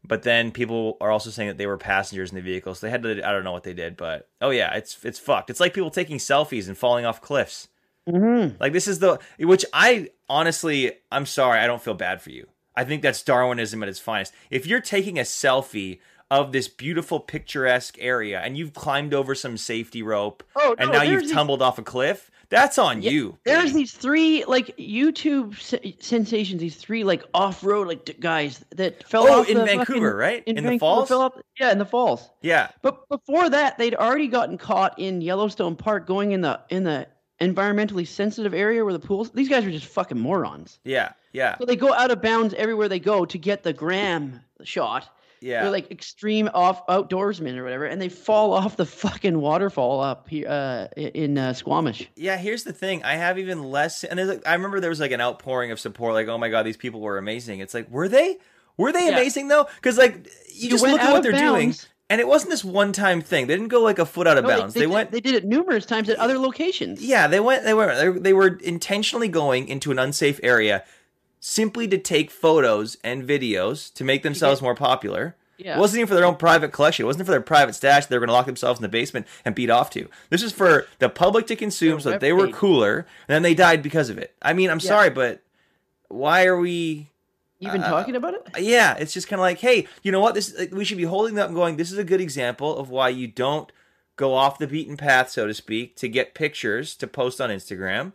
Speaker 2: but then people are also saying that they were passengers in the vehicle. So they had to I don't know what they did, but oh yeah, it's it's fucked. It's like people taking selfies and falling off cliffs.
Speaker 1: Mm-hmm.
Speaker 2: Like this is the which I honestly I'm sorry I don't feel bad for you. I think that's Darwinism at its finest. If you're taking a selfie of this beautiful picturesque area and you've climbed over some safety rope
Speaker 1: Oh,
Speaker 2: and
Speaker 1: no,
Speaker 2: now
Speaker 1: there's
Speaker 2: you've
Speaker 1: these-
Speaker 2: tumbled off a cliff, That's on you.
Speaker 1: There's these three like YouTube se- sensations. These three like off-road like d- guys that fell
Speaker 2: Oh,
Speaker 1: off
Speaker 2: in
Speaker 1: the
Speaker 2: Vancouver,
Speaker 1: fucking-
Speaker 2: right?
Speaker 1: In,
Speaker 2: In the
Speaker 1: Vancouver,
Speaker 2: falls?
Speaker 1: fell off- yeah, in the falls.
Speaker 2: Yeah.
Speaker 1: But before that, they'd already gotten caught in Yellowstone Park going in the in the environmentally sensitive area where the pools. These guys were just fucking morons.
Speaker 2: Yeah. Yeah.
Speaker 1: So they go out of bounds everywhere they go to get the gram shot.
Speaker 2: Yeah.
Speaker 1: They're like extreme off outdoorsmen or whatever, and they fall off the fucking waterfall up here uh, in uh, Squamish.
Speaker 2: yeah, here's the thing. I have even less and there's like, I remember there was like an outpouring of support like, "Oh my god, these people were amazing." It's like, "Were they? Were they
Speaker 1: Yeah.
Speaker 2: amazing though?" Cuz like you, just
Speaker 1: went
Speaker 2: look at
Speaker 1: out
Speaker 2: what
Speaker 1: of
Speaker 2: they're doing
Speaker 1: bounds.
Speaker 2: and it wasn't this one-time thing. They didn't go like a foot out of
Speaker 1: No,
Speaker 2: bounds. They,
Speaker 1: did-
Speaker 2: went
Speaker 1: They did it numerous times at other locations.
Speaker 2: Yeah, they went. They were. They, they were intentionally going into an unsafe area, simply to take photos and videos to make themselves more popular.
Speaker 1: Yeah.
Speaker 2: It wasn't even for their own private collection. It wasn't for their private stash. They were going to lock themselves in the basement and beat off to. This is for the public to consume,
Speaker 1: Their
Speaker 2: so that they were
Speaker 1: webpage.
Speaker 2: cooler, and then they died because of it. I mean, I'm
Speaker 1: Yeah.
Speaker 2: sorry, but why are we?
Speaker 1: You've been
Speaker 2: Uh,
Speaker 1: talking about it.
Speaker 2: Yeah, it's just kind of like, hey, you know what? This like, we should be holding that and going. This is a good example of why you don't go off the beaten path, so to speak, to get pictures to post on Instagram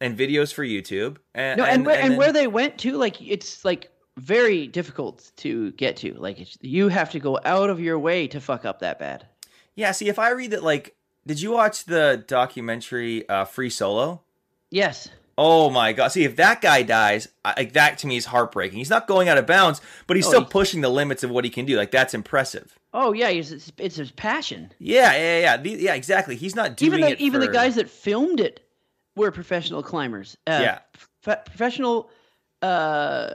Speaker 2: and videos for YouTube. And, *laughs*
Speaker 1: No, and, where, and,
Speaker 2: then-
Speaker 1: where they went to, like it's like very difficult to get to. Like it's, you have to go out of your way to fuck up that bad.
Speaker 2: yeah, see, if I read that, like, did you watch the documentary uh, Free Solo?
Speaker 1: Yes.
Speaker 2: Oh my god! See, if that guy dies, I, like that to me is heartbreaking. He's not going out of bounds, but he's
Speaker 1: Oh,
Speaker 2: still
Speaker 1: he-
Speaker 2: pushing the limits of what he can do. Like that's impressive.
Speaker 1: Oh yeah, it's it's, it's his passion.
Speaker 2: Yeah, yeah, yeah, The- yeah. Exactly. He's not doing
Speaker 1: Even the
Speaker 2: it
Speaker 1: even the
Speaker 2: for-
Speaker 1: guys that filmed it were professional climbers. Uh,
Speaker 2: Yeah.
Speaker 1: f- professional uh,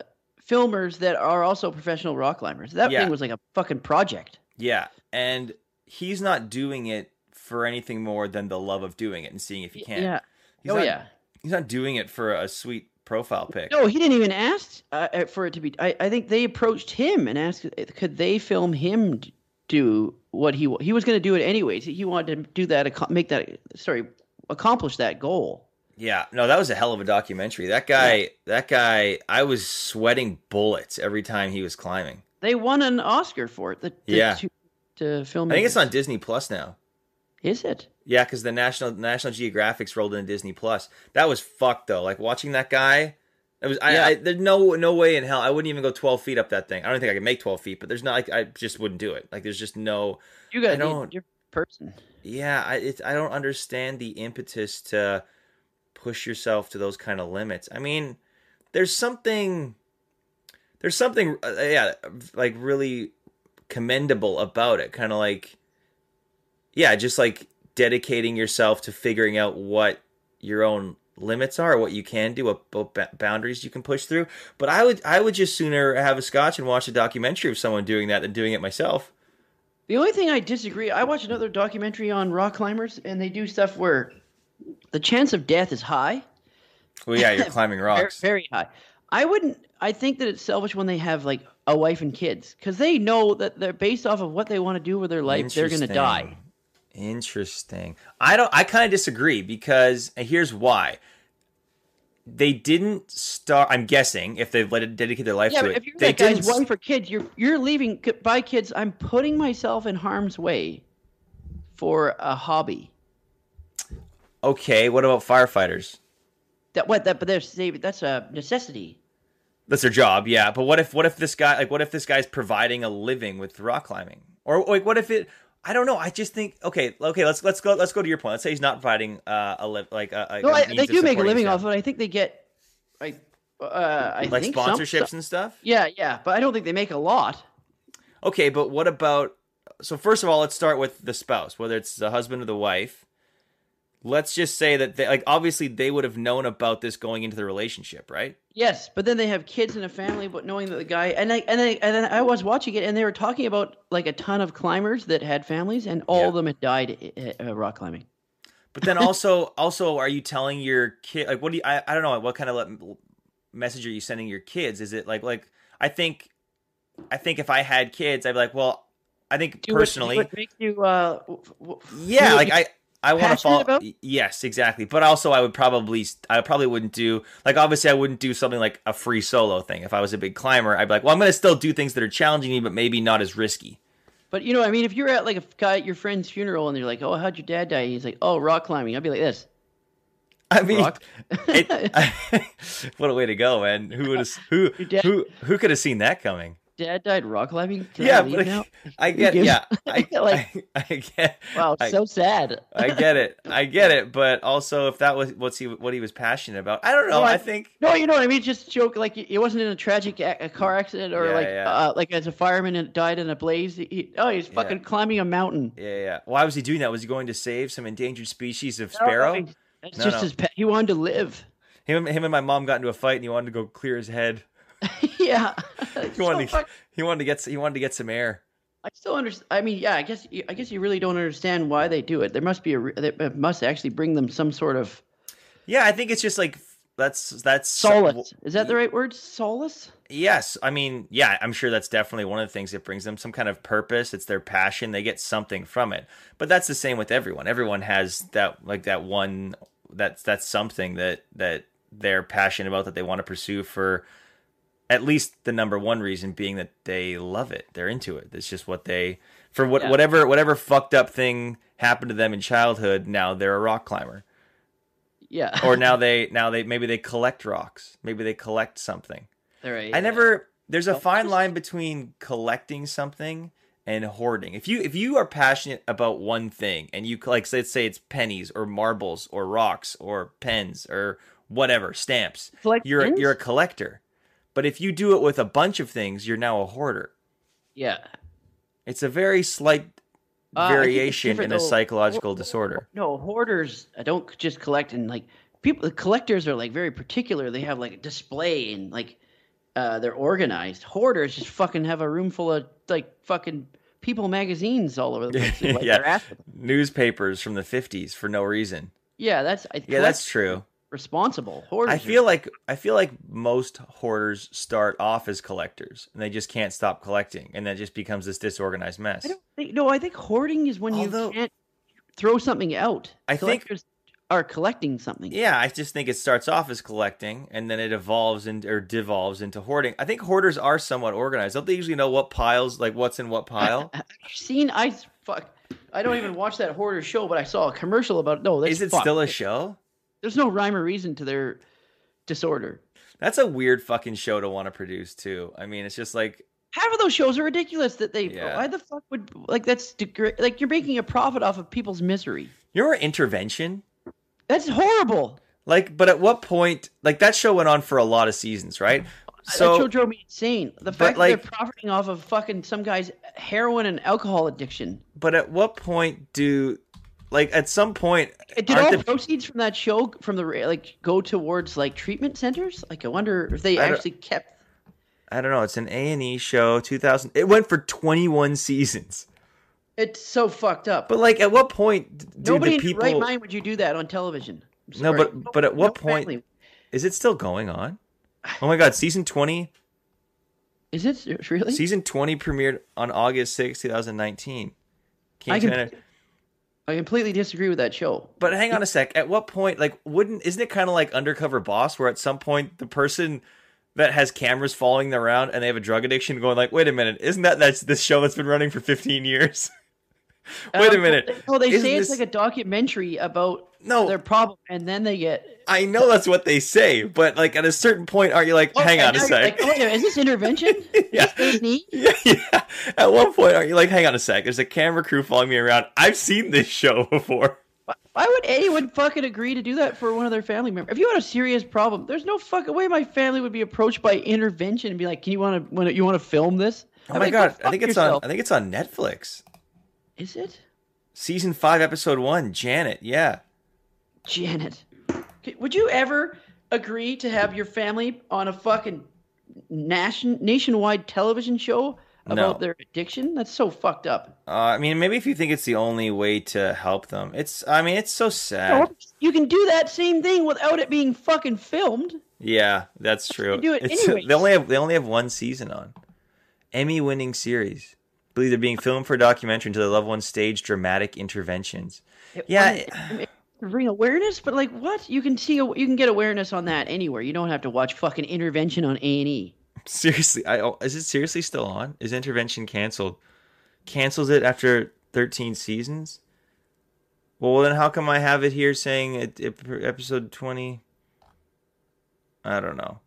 Speaker 1: filmers that are also professional rock climbers. That
Speaker 2: Yeah.
Speaker 1: thing was like a fucking project.
Speaker 2: Yeah, and he's not doing it for anything more than the love of doing it and seeing if he can.
Speaker 1: Yeah.
Speaker 2: He's
Speaker 1: oh
Speaker 2: not,
Speaker 1: yeah.
Speaker 2: He's not doing it for a sweet profile pic.
Speaker 1: No, he didn't even ask uh, uh, for it to be. I, I think they approached him and asked, uh, could they film him d- do what he wa- he was going to do it anyways. He wanted to do that, aco- make that sorry, accomplish that goal.
Speaker 2: Yeah, no, that was a hell of a documentary. That guy, that guy, I was sweating bullets every time he was climbing.
Speaker 1: They won an Oscar for it. The, the
Speaker 2: Yeah.
Speaker 1: two- to film.
Speaker 2: I think it's on Disney Plus now.
Speaker 1: Is it?
Speaker 2: Yeah, because the national National Geographic's rolled into Disney Plus. That was fucked though. Like watching that guy, it was. I,
Speaker 1: Yeah.
Speaker 2: I there's no no way in hell I wouldn't even go twelve feet up that thing. I don't think I could make twelve feet, but there's not. Like, I just wouldn't do it. Like there's just no.
Speaker 1: You got
Speaker 2: I
Speaker 1: to be a
Speaker 2: don't-
Speaker 1: different person.
Speaker 2: Yeah, I it's, I don't understand the impetus to push yourself to those kind of limits. I mean, there's something there's something uh, yeah, like really commendable about it. Kind of like yeah, just like dedicating yourself to figuring out what your own limits are, what you can do, what, what ba- boundaries you can push through. But I would I would just sooner have a scotch and watch a documentary of someone doing that than doing it myself.
Speaker 1: The only thing I disagree, I watch another documentary on rock climbers, and they do stuff where the chance of death is high.
Speaker 2: Well, yeah, you're climbing
Speaker 1: Ver-
Speaker 2: rocks.
Speaker 1: Very, high. I wouldn't. I think that it's selfish when they have like a wife and kids because they know that they're based off of what they want to do with their life. They're going to die.
Speaker 2: Interesting. I don't I kind of disagree because and here's why. They didn't start I'm guessing if they've let it dedicate their life
Speaker 1: Yeah,
Speaker 2: to
Speaker 1: but
Speaker 2: it.
Speaker 1: if you're
Speaker 2: they
Speaker 1: that guy's
Speaker 2: didn't
Speaker 1: one for kids, you're you're leaving c- by kids. I'm putting myself in harm's way for a hobby.
Speaker 2: Okay, what about firefighters?
Speaker 1: That what that but there's that's a necessity.
Speaker 2: That's their job, yeah. But what if what if this guy like what if this guy's providing a living with rock climbing? Or like what if it I don't know. I just think okay, okay. Let's let's go. Let's go to your point. Let's say he's not providing uh, a li- like a, a
Speaker 1: No,
Speaker 2: a
Speaker 1: I,
Speaker 2: means
Speaker 1: they
Speaker 2: of
Speaker 1: do make a
Speaker 2: supporting
Speaker 1: living
Speaker 2: himself.
Speaker 1: off of it. I think they get, I, uh, I
Speaker 2: like
Speaker 1: think some
Speaker 2: sponsorships
Speaker 1: stuff-
Speaker 2: and stuff.
Speaker 1: Yeah, yeah, but I don't think they make a lot.
Speaker 2: Okay, but what about so first of all, let's start with the spouse, whether it's the husband or the wife. Let's just say that they like obviously they would have known about this going into the relationship, right?
Speaker 1: Yes, but then they have kids and a family, but knowing that the guy and I and I and then I was watching it, and they were talking about like a ton of climbers that had families, and all
Speaker 2: Yeah.
Speaker 1: of them had died uh, uh, rock climbing.
Speaker 2: But then also also are you telling your kid like what do you I, I don't know what kind of le- message are you sending your kids? Is it like like I think I think if I had kids, I'd be like, well, I think
Speaker 1: Do what- do
Speaker 2: personally
Speaker 1: what makes you uh, w- w-
Speaker 2: yeah
Speaker 1: what
Speaker 2: like
Speaker 1: you-
Speaker 2: i i want to
Speaker 1: passionate
Speaker 2: follow
Speaker 1: about?
Speaker 2: yes exactly but also i would probably i probably wouldn't do like obviously i wouldn't do something like a free solo thing if i was a big climber i'd be like well i'm gonna still do things that are challenging me but maybe not as risky *laughs*
Speaker 1: but you know, I mean, if you're at like a guy at your friend's funeral and they're like, "Oh, how'd your dad die?" And he's like, "Oh, rock climbing," I'd be like this.
Speaker 2: I mean,
Speaker 1: Rock. *laughs*
Speaker 2: it, *laughs* what a way to go, man! Who would have who
Speaker 1: Your dad-
Speaker 2: who who could have seen that coming?
Speaker 1: Dad died rock climbing. Can
Speaker 2: yeah,
Speaker 1: I leave
Speaker 2: but
Speaker 1: now?
Speaker 2: *laughs* I get
Speaker 1: give- *laughs*
Speaker 2: yeah, I,
Speaker 1: Like-
Speaker 2: I, *laughs* I get
Speaker 1: Wow,
Speaker 2: I-
Speaker 1: so sad.
Speaker 2: I get it,
Speaker 1: *laughs*
Speaker 2: I get it. But also, if that was what's he what he was passionate about, I don't know.
Speaker 1: No,
Speaker 2: I,
Speaker 1: I-
Speaker 2: think
Speaker 1: No, you know what I mean. It's Just a joke. Like it wasn't in a tragic ac- a car accident or
Speaker 2: Yeah,
Speaker 1: like
Speaker 2: yeah.
Speaker 1: Uh, like as a fireman and died in a blaze. He- He, oh, he's fucking climbing a mountain.
Speaker 2: yeah, yeah. Why was he doing that? Was he going to save some endangered species of
Speaker 1: No,
Speaker 2: sparrow?
Speaker 1: I mean, That's
Speaker 2: No,
Speaker 1: just
Speaker 2: no.
Speaker 1: his pet. He wanted to live. *laughs*
Speaker 2: Him him and my mom got into a fight, and he wanted to go clear his head. *laughs*
Speaker 1: yeah.
Speaker 2: He
Speaker 1: So
Speaker 2: wanted to,
Speaker 1: fuck-
Speaker 2: he wanted to get s- he wanted to get some air.
Speaker 1: I still understand. I mean, yeah. I guess you- I guess you really don't understand why they do it. There must be a. re- They it must actually bring them some sort of
Speaker 2: Yeah, I think it's just like that's that's
Speaker 1: solace. Is that the right word? Solace.
Speaker 2: Yes, I mean, yeah, I'm sure that's definitely one of the things that brings them some kind of purpose. It's their passion; they get something from it. But that's the same with everyone. Everyone has that, like that one, that's that's something that that they're passionate about that they want to pursue for at least the number one reason being that they love it. They're into it. It's just what they for what
Speaker 1: Yeah.
Speaker 2: whatever whatever fucked up thing happened to them in childhood. Now they're a rock climber,
Speaker 1: Yeah. *laughs*
Speaker 2: or now they now they maybe they collect rocks. Maybe they collect something.
Speaker 1: All right,
Speaker 2: I
Speaker 1: yeah.
Speaker 2: never. There's a
Speaker 1: Well,
Speaker 2: fine
Speaker 1: just-
Speaker 2: line between collecting something and hoarding. If you if you are passionate about one thing and you like, let's say it's pennies or marbles or rocks or pens or whatever stamps,
Speaker 1: Collect
Speaker 2: you're
Speaker 1: pins?
Speaker 2: you're a collector. But if you do it with a bunch of things, you're now a hoarder.
Speaker 1: Yeah.
Speaker 2: It's a very slight
Speaker 1: Uh, I think it's
Speaker 2: variation
Speaker 1: different,
Speaker 2: in a
Speaker 1: though.
Speaker 2: psychological
Speaker 1: Ho-
Speaker 2: disorder.
Speaker 1: No, hoarders uh, don't c- just collect and like people. The collectors are like very particular. They have like a display and like uh, they're organized. Hoarders just fucking have a room full of like fucking people magazines all over the place.
Speaker 2: *laughs*
Speaker 1: like,
Speaker 2: Yeah.
Speaker 1: their ass-
Speaker 2: Newspapers from the 50s for no reason.
Speaker 1: yeah, that's I,
Speaker 2: Yeah, that's true.
Speaker 1: responsible. Hoarders.
Speaker 2: I feel like I feel like most hoarders start off as collectors and they just can't stop collecting and that just becomes this disorganized mess.
Speaker 1: I don't think. No, I think hoarding is when
Speaker 2: Although-
Speaker 1: you can't throw something out.
Speaker 2: I think-
Speaker 1: Collectors are collecting something.
Speaker 2: Yeah, I just think it starts off as collecting and then it evolves and or devolves into hoarding. I think hoarders are somewhat organized. Don't they usually know what piles like what's in
Speaker 1: *laughs*
Speaker 2: what pile?
Speaker 1: I've seen I fuck. I don't even watch that hoarder show, but I saw a commercial about it. No, that's
Speaker 2: Is it
Speaker 1: fucked.
Speaker 2: still a show?
Speaker 1: There's no rhyme or reason to their disorder.
Speaker 2: That's a weird fucking show to want to produce too. I mean, it's just like
Speaker 1: Half of those shows are ridiculous. That they
Speaker 2: Yeah.
Speaker 1: why the fuck would like that's degra- like you're making a profit off of people's misery.
Speaker 2: your intervention
Speaker 1: That's horrible.
Speaker 2: like but at what point like that show went on for a lot of seasons, right?
Speaker 1: that show drove me insane. The fact
Speaker 2: like-
Speaker 1: that they're profiting off of fucking some guy's heroin and alcohol addiction.
Speaker 2: but at what point do like at some point
Speaker 1: Did
Speaker 2: aren't
Speaker 1: all
Speaker 2: the-
Speaker 1: proceeds from that show from the ra- like go towards like treatment centers? Like I wonder if they
Speaker 2: I don't-
Speaker 1: actually kept
Speaker 2: I don't know, it's an A&E show 2000 it went for 21 seasons.
Speaker 1: it's so fucked up.
Speaker 2: But like at what point d- do
Speaker 1: Nobody
Speaker 2: the people
Speaker 1: in their right mind would you do that on television. I'm
Speaker 2: No,
Speaker 1: sorry.
Speaker 2: but- but at what point-
Speaker 1: family.
Speaker 2: Is it still going on? Oh my god, season 20
Speaker 1: is it ser- really?
Speaker 2: season 20 premiered on August 6, 2019. Can
Speaker 1: I
Speaker 2: you
Speaker 1: can-
Speaker 2: kinda-
Speaker 1: I completely disagree with that show.
Speaker 2: But hang on a sec. At what point, like, wouldn't isn't it kind of like undercover boss, where at some point the person that has cameras following them around and they have a drug addiction, going like, wait a minute, isn't that that's this show that's been running for fifteen years? *laughs* wait a
Speaker 1: Um,
Speaker 2: minute.
Speaker 1: No, they
Speaker 2: isn't
Speaker 1: say it's
Speaker 2: this- Oh.
Speaker 1: like a documentary about
Speaker 2: *laughs* No.
Speaker 1: their problem, and then they get.
Speaker 2: I know that's what they say, but like at a certain point, are you like,
Speaker 1: Oh,
Speaker 2: hang
Speaker 1: and
Speaker 2: on a
Speaker 1: now you're
Speaker 2: sec? *laughs*
Speaker 1: Like, oh, wait a minute, is this intervention?
Speaker 2: Yeah. *laughs*
Speaker 1: Is this A&E?
Speaker 2: yeah, yeah. At one point, are you like, hang on a sec? There's a camera crew following me around. I've seen this show *laughs* before.
Speaker 1: Why would anyone fucking agree to do that for one of their family members? If you had a serious problem, there's no fucking way my family would be approached by intervention and be like, "Can you want to? You want to film this?"
Speaker 2: Oh
Speaker 1: I'm
Speaker 2: my
Speaker 1: like, go
Speaker 2: god, I
Speaker 1: fuck
Speaker 2: think it's
Speaker 1: yourself.
Speaker 2: on. I think it's on Netflix,
Speaker 1: Is it?
Speaker 2: season five, episode one. Janet, yeah.
Speaker 1: Janet, c- would you ever agree to have your family on a fucking nation nationwide television show about
Speaker 2: No.
Speaker 1: their addiction? That's so fucked up.
Speaker 2: Uh, I mean, maybe if you think it's the only way to help them, it's. I mean, it's so sad.
Speaker 1: No, You can do that same thing without it being fucking filmed.
Speaker 2: Yeah, that's true.
Speaker 1: do it
Speaker 2: It's- *laughs*
Speaker 1: anyways.
Speaker 2: they only have they only have one season on Emmy-winning series. Believe they're being filmed for a documentary until their loved ones stage dramatic interventions. yeah,
Speaker 1: it- To Bring awareness, but like what? You can see, you can get awareness on that anywhere. You don't have to watch fucking intervention on A and E.
Speaker 2: seriously. I oh, is it seriously still on? Is intervention canceled? Cancels it after thirteen seasons. Well, then how come I have it here saying it, it, episode 20? I don't know.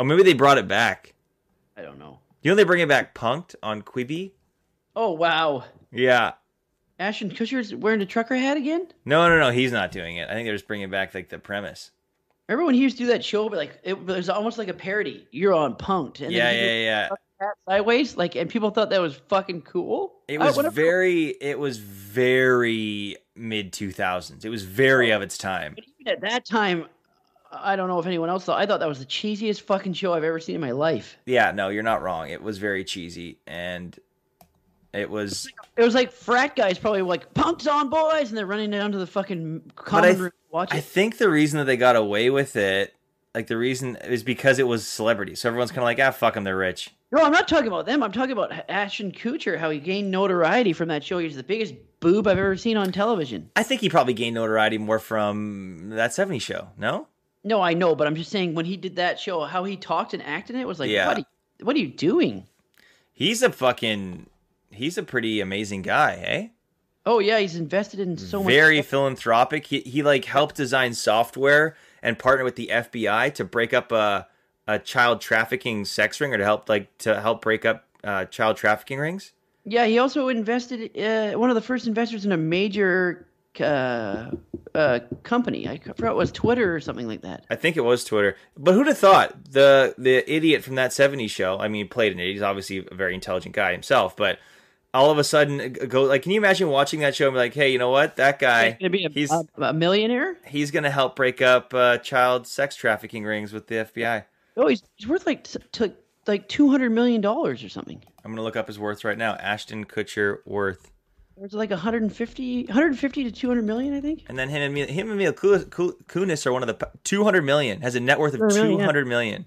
Speaker 2: Oh, maybe they brought it back.
Speaker 1: I don't know.
Speaker 2: You know they bring it back punked on Quibi?
Speaker 1: Oh wow,
Speaker 2: Yeah.
Speaker 1: Ashton Kutcher's wearing the trucker hat again.
Speaker 2: No, no, no. He's not doing it. I think they're just bringing back like the premise.
Speaker 1: Remember when he used to do that show, but like it was almost like a parody. You're on punked, and
Speaker 2: yeah,
Speaker 1: then he
Speaker 2: yeah,
Speaker 1: did
Speaker 2: yeah.
Speaker 1: that sideways, like, and people thought that was fucking cool. Uh,
Speaker 2: It
Speaker 1: I-
Speaker 2: was
Speaker 1: whatever.
Speaker 2: very. It was very mid 2000s. It was very
Speaker 1: Oh.
Speaker 2: of its time.
Speaker 1: But even at that time, I don't know if anyone else thought. I thought that was the cheesiest fucking show I've ever seen in my life.
Speaker 2: Yeah. No, you're not wrong. It was very cheesy and. It was,
Speaker 1: It was like frat guys probably were like punks on boys, and they're running down to the fucking
Speaker 2: I
Speaker 1: common
Speaker 2: th-
Speaker 1: room to watch
Speaker 2: I
Speaker 1: it.
Speaker 2: think the reason that they got away with it, like the reason is because it was celebrity. So everyone's kind of like, ah, fuck them, they're rich.
Speaker 1: No, I'm not talking about them. I'm talking about Ashton Kutcher, how he gained notoriety from that show. He's the biggest boob I've ever seen on television.
Speaker 2: I think he probably gained notoriety more from that 70 show. No?
Speaker 1: No, I know, but I'm just saying when he did that show, how he talked and acted in it was like,
Speaker 2: Yeah.
Speaker 1: what, are you, what are you doing?
Speaker 2: He's a fucking he's a pretty amazing guy, eh?
Speaker 1: Oh yeah, he's invested in so much.
Speaker 2: Very
Speaker 1: stuff.
Speaker 2: philanthropic. He he like helped design software and partner with the FBI to break up a a child trafficking sex ring or to help like to help break up uh, child trafficking rings.
Speaker 1: Yeah, he also invested. Uh, one of the first investors in a major uh, uh, company. I forgot it was Twitter or something like that.
Speaker 2: I think it was Twitter. But who'd have thought the the idiot from that 70s show? I mean, he played an idiot. He's obviously a very intelligent guy himself, but all of a sudden, uh, go like, can you imagine watching that show and be like, hey, you know what? That guy,
Speaker 1: He's gonna be a,
Speaker 2: he's
Speaker 1: a- a millionaire.
Speaker 2: he's gonna help break up uh, child sex trafficking rings with the FBI.
Speaker 1: Oh, he's, he's worth like t- t- like two hundred million dollars or something.
Speaker 2: I'm gonna look up his worth right now. Ashton Kutcher worth,
Speaker 1: Or is it like 150, 150 to two hundred million? I think.
Speaker 2: and then him and Mila, him and Mila Kunis- Ku- Kunis are one of the p- 200 million has a net worth of
Speaker 1: Oh, really? Yeah.
Speaker 2: 200 million.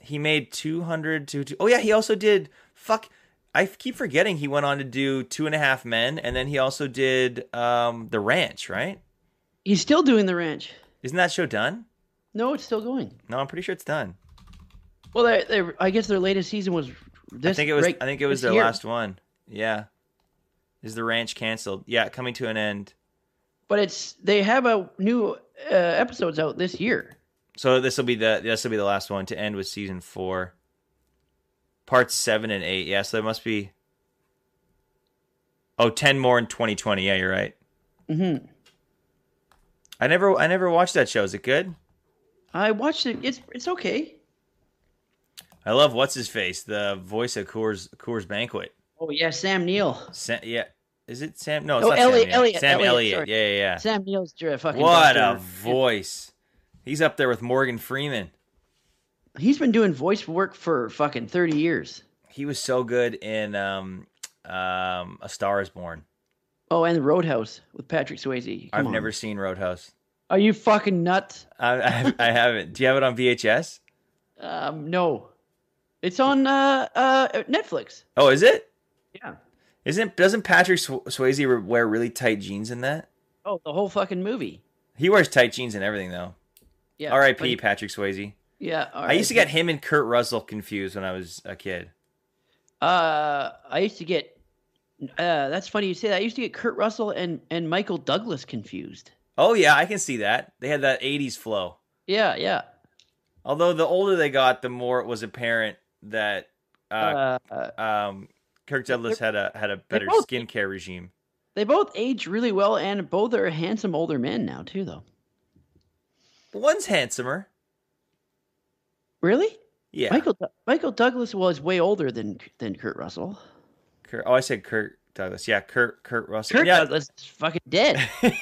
Speaker 2: He made 200 to to- oh yeah, he also did fuck. I f- keep forgetting he went on to do Two and a Half Men, and then he also did um, The Ranch. Right?
Speaker 1: He's still doing the ranch.
Speaker 2: Isn't that show done?
Speaker 1: No, it's still going.
Speaker 2: No, I'm pretty sure it's done.
Speaker 1: Well, they, they, I guess their latest season was. This
Speaker 2: I think it was.
Speaker 1: right-
Speaker 2: I think it was
Speaker 1: this
Speaker 2: their
Speaker 1: year.
Speaker 2: last one. Yeah. Is the ranch canceled? Yeah, coming to an end.
Speaker 1: But it's they have a new uh, episodes out this year.
Speaker 2: So this will be the this will be the last one to end with season four. Parts seven and eight. Yeah, so there must be. Oh, 10 more in 2020. Yeah, you're right.
Speaker 1: Mhm.
Speaker 2: I never I never watched that show. Is it good?
Speaker 1: I watched it. It's it's okay.
Speaker 2: I love what's his face, the voice of Coors Coors Banquet.
Speaker 1: Oh yeah, Sam Neill.
Speaker 2: Sa- yeah, is it Sam? No, it's
Speaker 1: Oh,
Speaker 2: not
Speaker 1: Elliot-
Speaker 2: Sam. Neill.
Speaker 1: Elliot,
Speaker 2: Sam
Speaker 1: Elliot,
Speaker 2: Elliott.
Speaker 1: sorry.
Speaker 2: Yeah, yeah, yeah.
Speaker 1: Sam Neill's dr- fucking.
Speaker 2: What a
Speaker 1: doctor.
Speaker 2: voice! He's up there with Morgan Freeman.
Speaker 1: He's been doing voice work for fucking thirty years.
Speaker 2: He was so good in um, um, A Star Is Born.
Speaker 1: Oh, and Roadhouse with Patrick Swayze. Come
Speaker 2: I've
Speaker 1: on.
Speaker 2: never seen Roadhouse.
Speaker 1: Are you fucking nuts?
Speaker 2: I, I, I haven't. Do you have it on VHS?
Speaker 1: Um, no, it's on uh, uh, Netflix.
Speaker 2: Oh, is it?
Speaker 1: Yeah.
Speaker 2: Isn't doesn't Patrick Sw- Swayze re- wear really tight jeans in that?
Speaker 1: Oh, the whole fucking movie.
Speaker 2: He wears tight jeans and everything though.
Speaker 1: Yeah. but
Speaker 2: R.I.P.
Speaker 1: he-
Speaker 2: Patrick Swayze.
Speaker 1: Yeah.
Speaker 2: I used to
Speaker 1: RIP.
Speaker 2: get him and Kurt Russell confused when I was a kid.
Speaker 1: Uh, I used to get. Uh, that's funny you say that. I used to get Kurt Russell and and Michael Douglas confused.
Speaker 2: Oh yeah, I can see that. They had that '80s flow.
Speaker 1: Yeah, yeah.
Speaker 2: Although the older they got, the more it was apparent that uh,
Speaker 1: Uh, uh,
Speaker 2: um, Kirk Douglas had a had a better
Speaker 1: both-
Speaker 2: skincare regime.
Speaker 1: they both age really well, and both are handsome older men now too, though.
Speaker 2: One's handsomer.
Speaker 1: Really?
Speaker 2: Yeah.
Speaker 1: Michael Du- Michael Douglas was way older than than Kurt Russell.
Speaker 2: Kurt, oh, I said Kurt Douglas. Yeah, Kurt Kurt Russell.
Speaker 1: Kurt
Speaker 2: yeah.
Speaker 1: Douglas is fucking *laughs* dead.
Speaker 2: *laughs*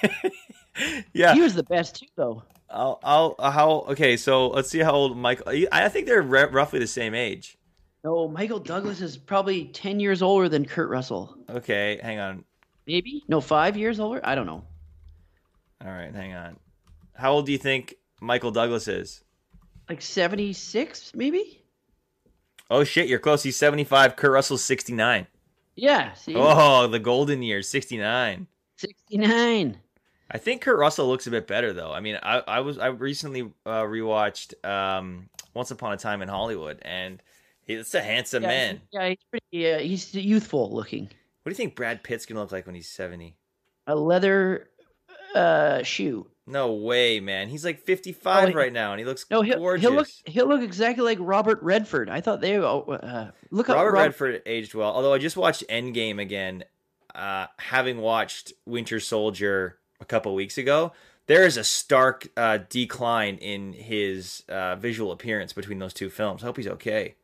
Speaker 2: yeah.
Speaker 1: He was the best too, though.
Speaker 2: I'll, I'll uh, how okay. So let's see how old Michael. I I think they're r- roughly the same age.
Speaker 1: No, Michael Douglas is probably ten years older than Kurt Russell.
Speaker 2: Okay, hang on.
Speaker 1: Maybe no, five years older. I don't know.
Speaker 2: All right, hang on. How old do you think Michael Douglas is?
Speaker 1: Like seventy six, maybe.
Speaker 2: Oh shit, you're close. He's 75. Kurt Russell's 69.
Speaker 1: Yeah. See,
Speaker 2: Oh, the golden years, 69.
Speaker 1: sixty nine.
Speaker 2: I think Kurt Russell looks a bit better though. I mean, I, I was I recently uh, rewatched um, Once Upon a Time in Hollywood, and he, it's a handsome
Speaker 1: Yeah,
Speaker 2: man.
Speaker 1: He's, yeah, he's pretty. Uh, he's youthful looking.
Speaker 2: What do you think Brad Pitt's gonna look like when he's seventy?
Speaker 1: A leather uh, shoe.
Speaker 2: No way, man. He's like fifty-five
Speaker 1: Oh, he-
Speaker 2: right now, and he looks
Speaker 1: No, he'll,
Speaker 2: gorgeous.
Speaker 1: he'll look he'll look exactly like Robert Redford. I thought they uh, uh, look up
Speaker 2: Robert
Speaker 1: Rob-
Speaker 2: Redford aged well. Although I just watched Endgame again, uh, having watched Winter Soldier a couple weeks ago, there is a stark uh, decline in his uh, visual appearance between those two films. I hope he's okay.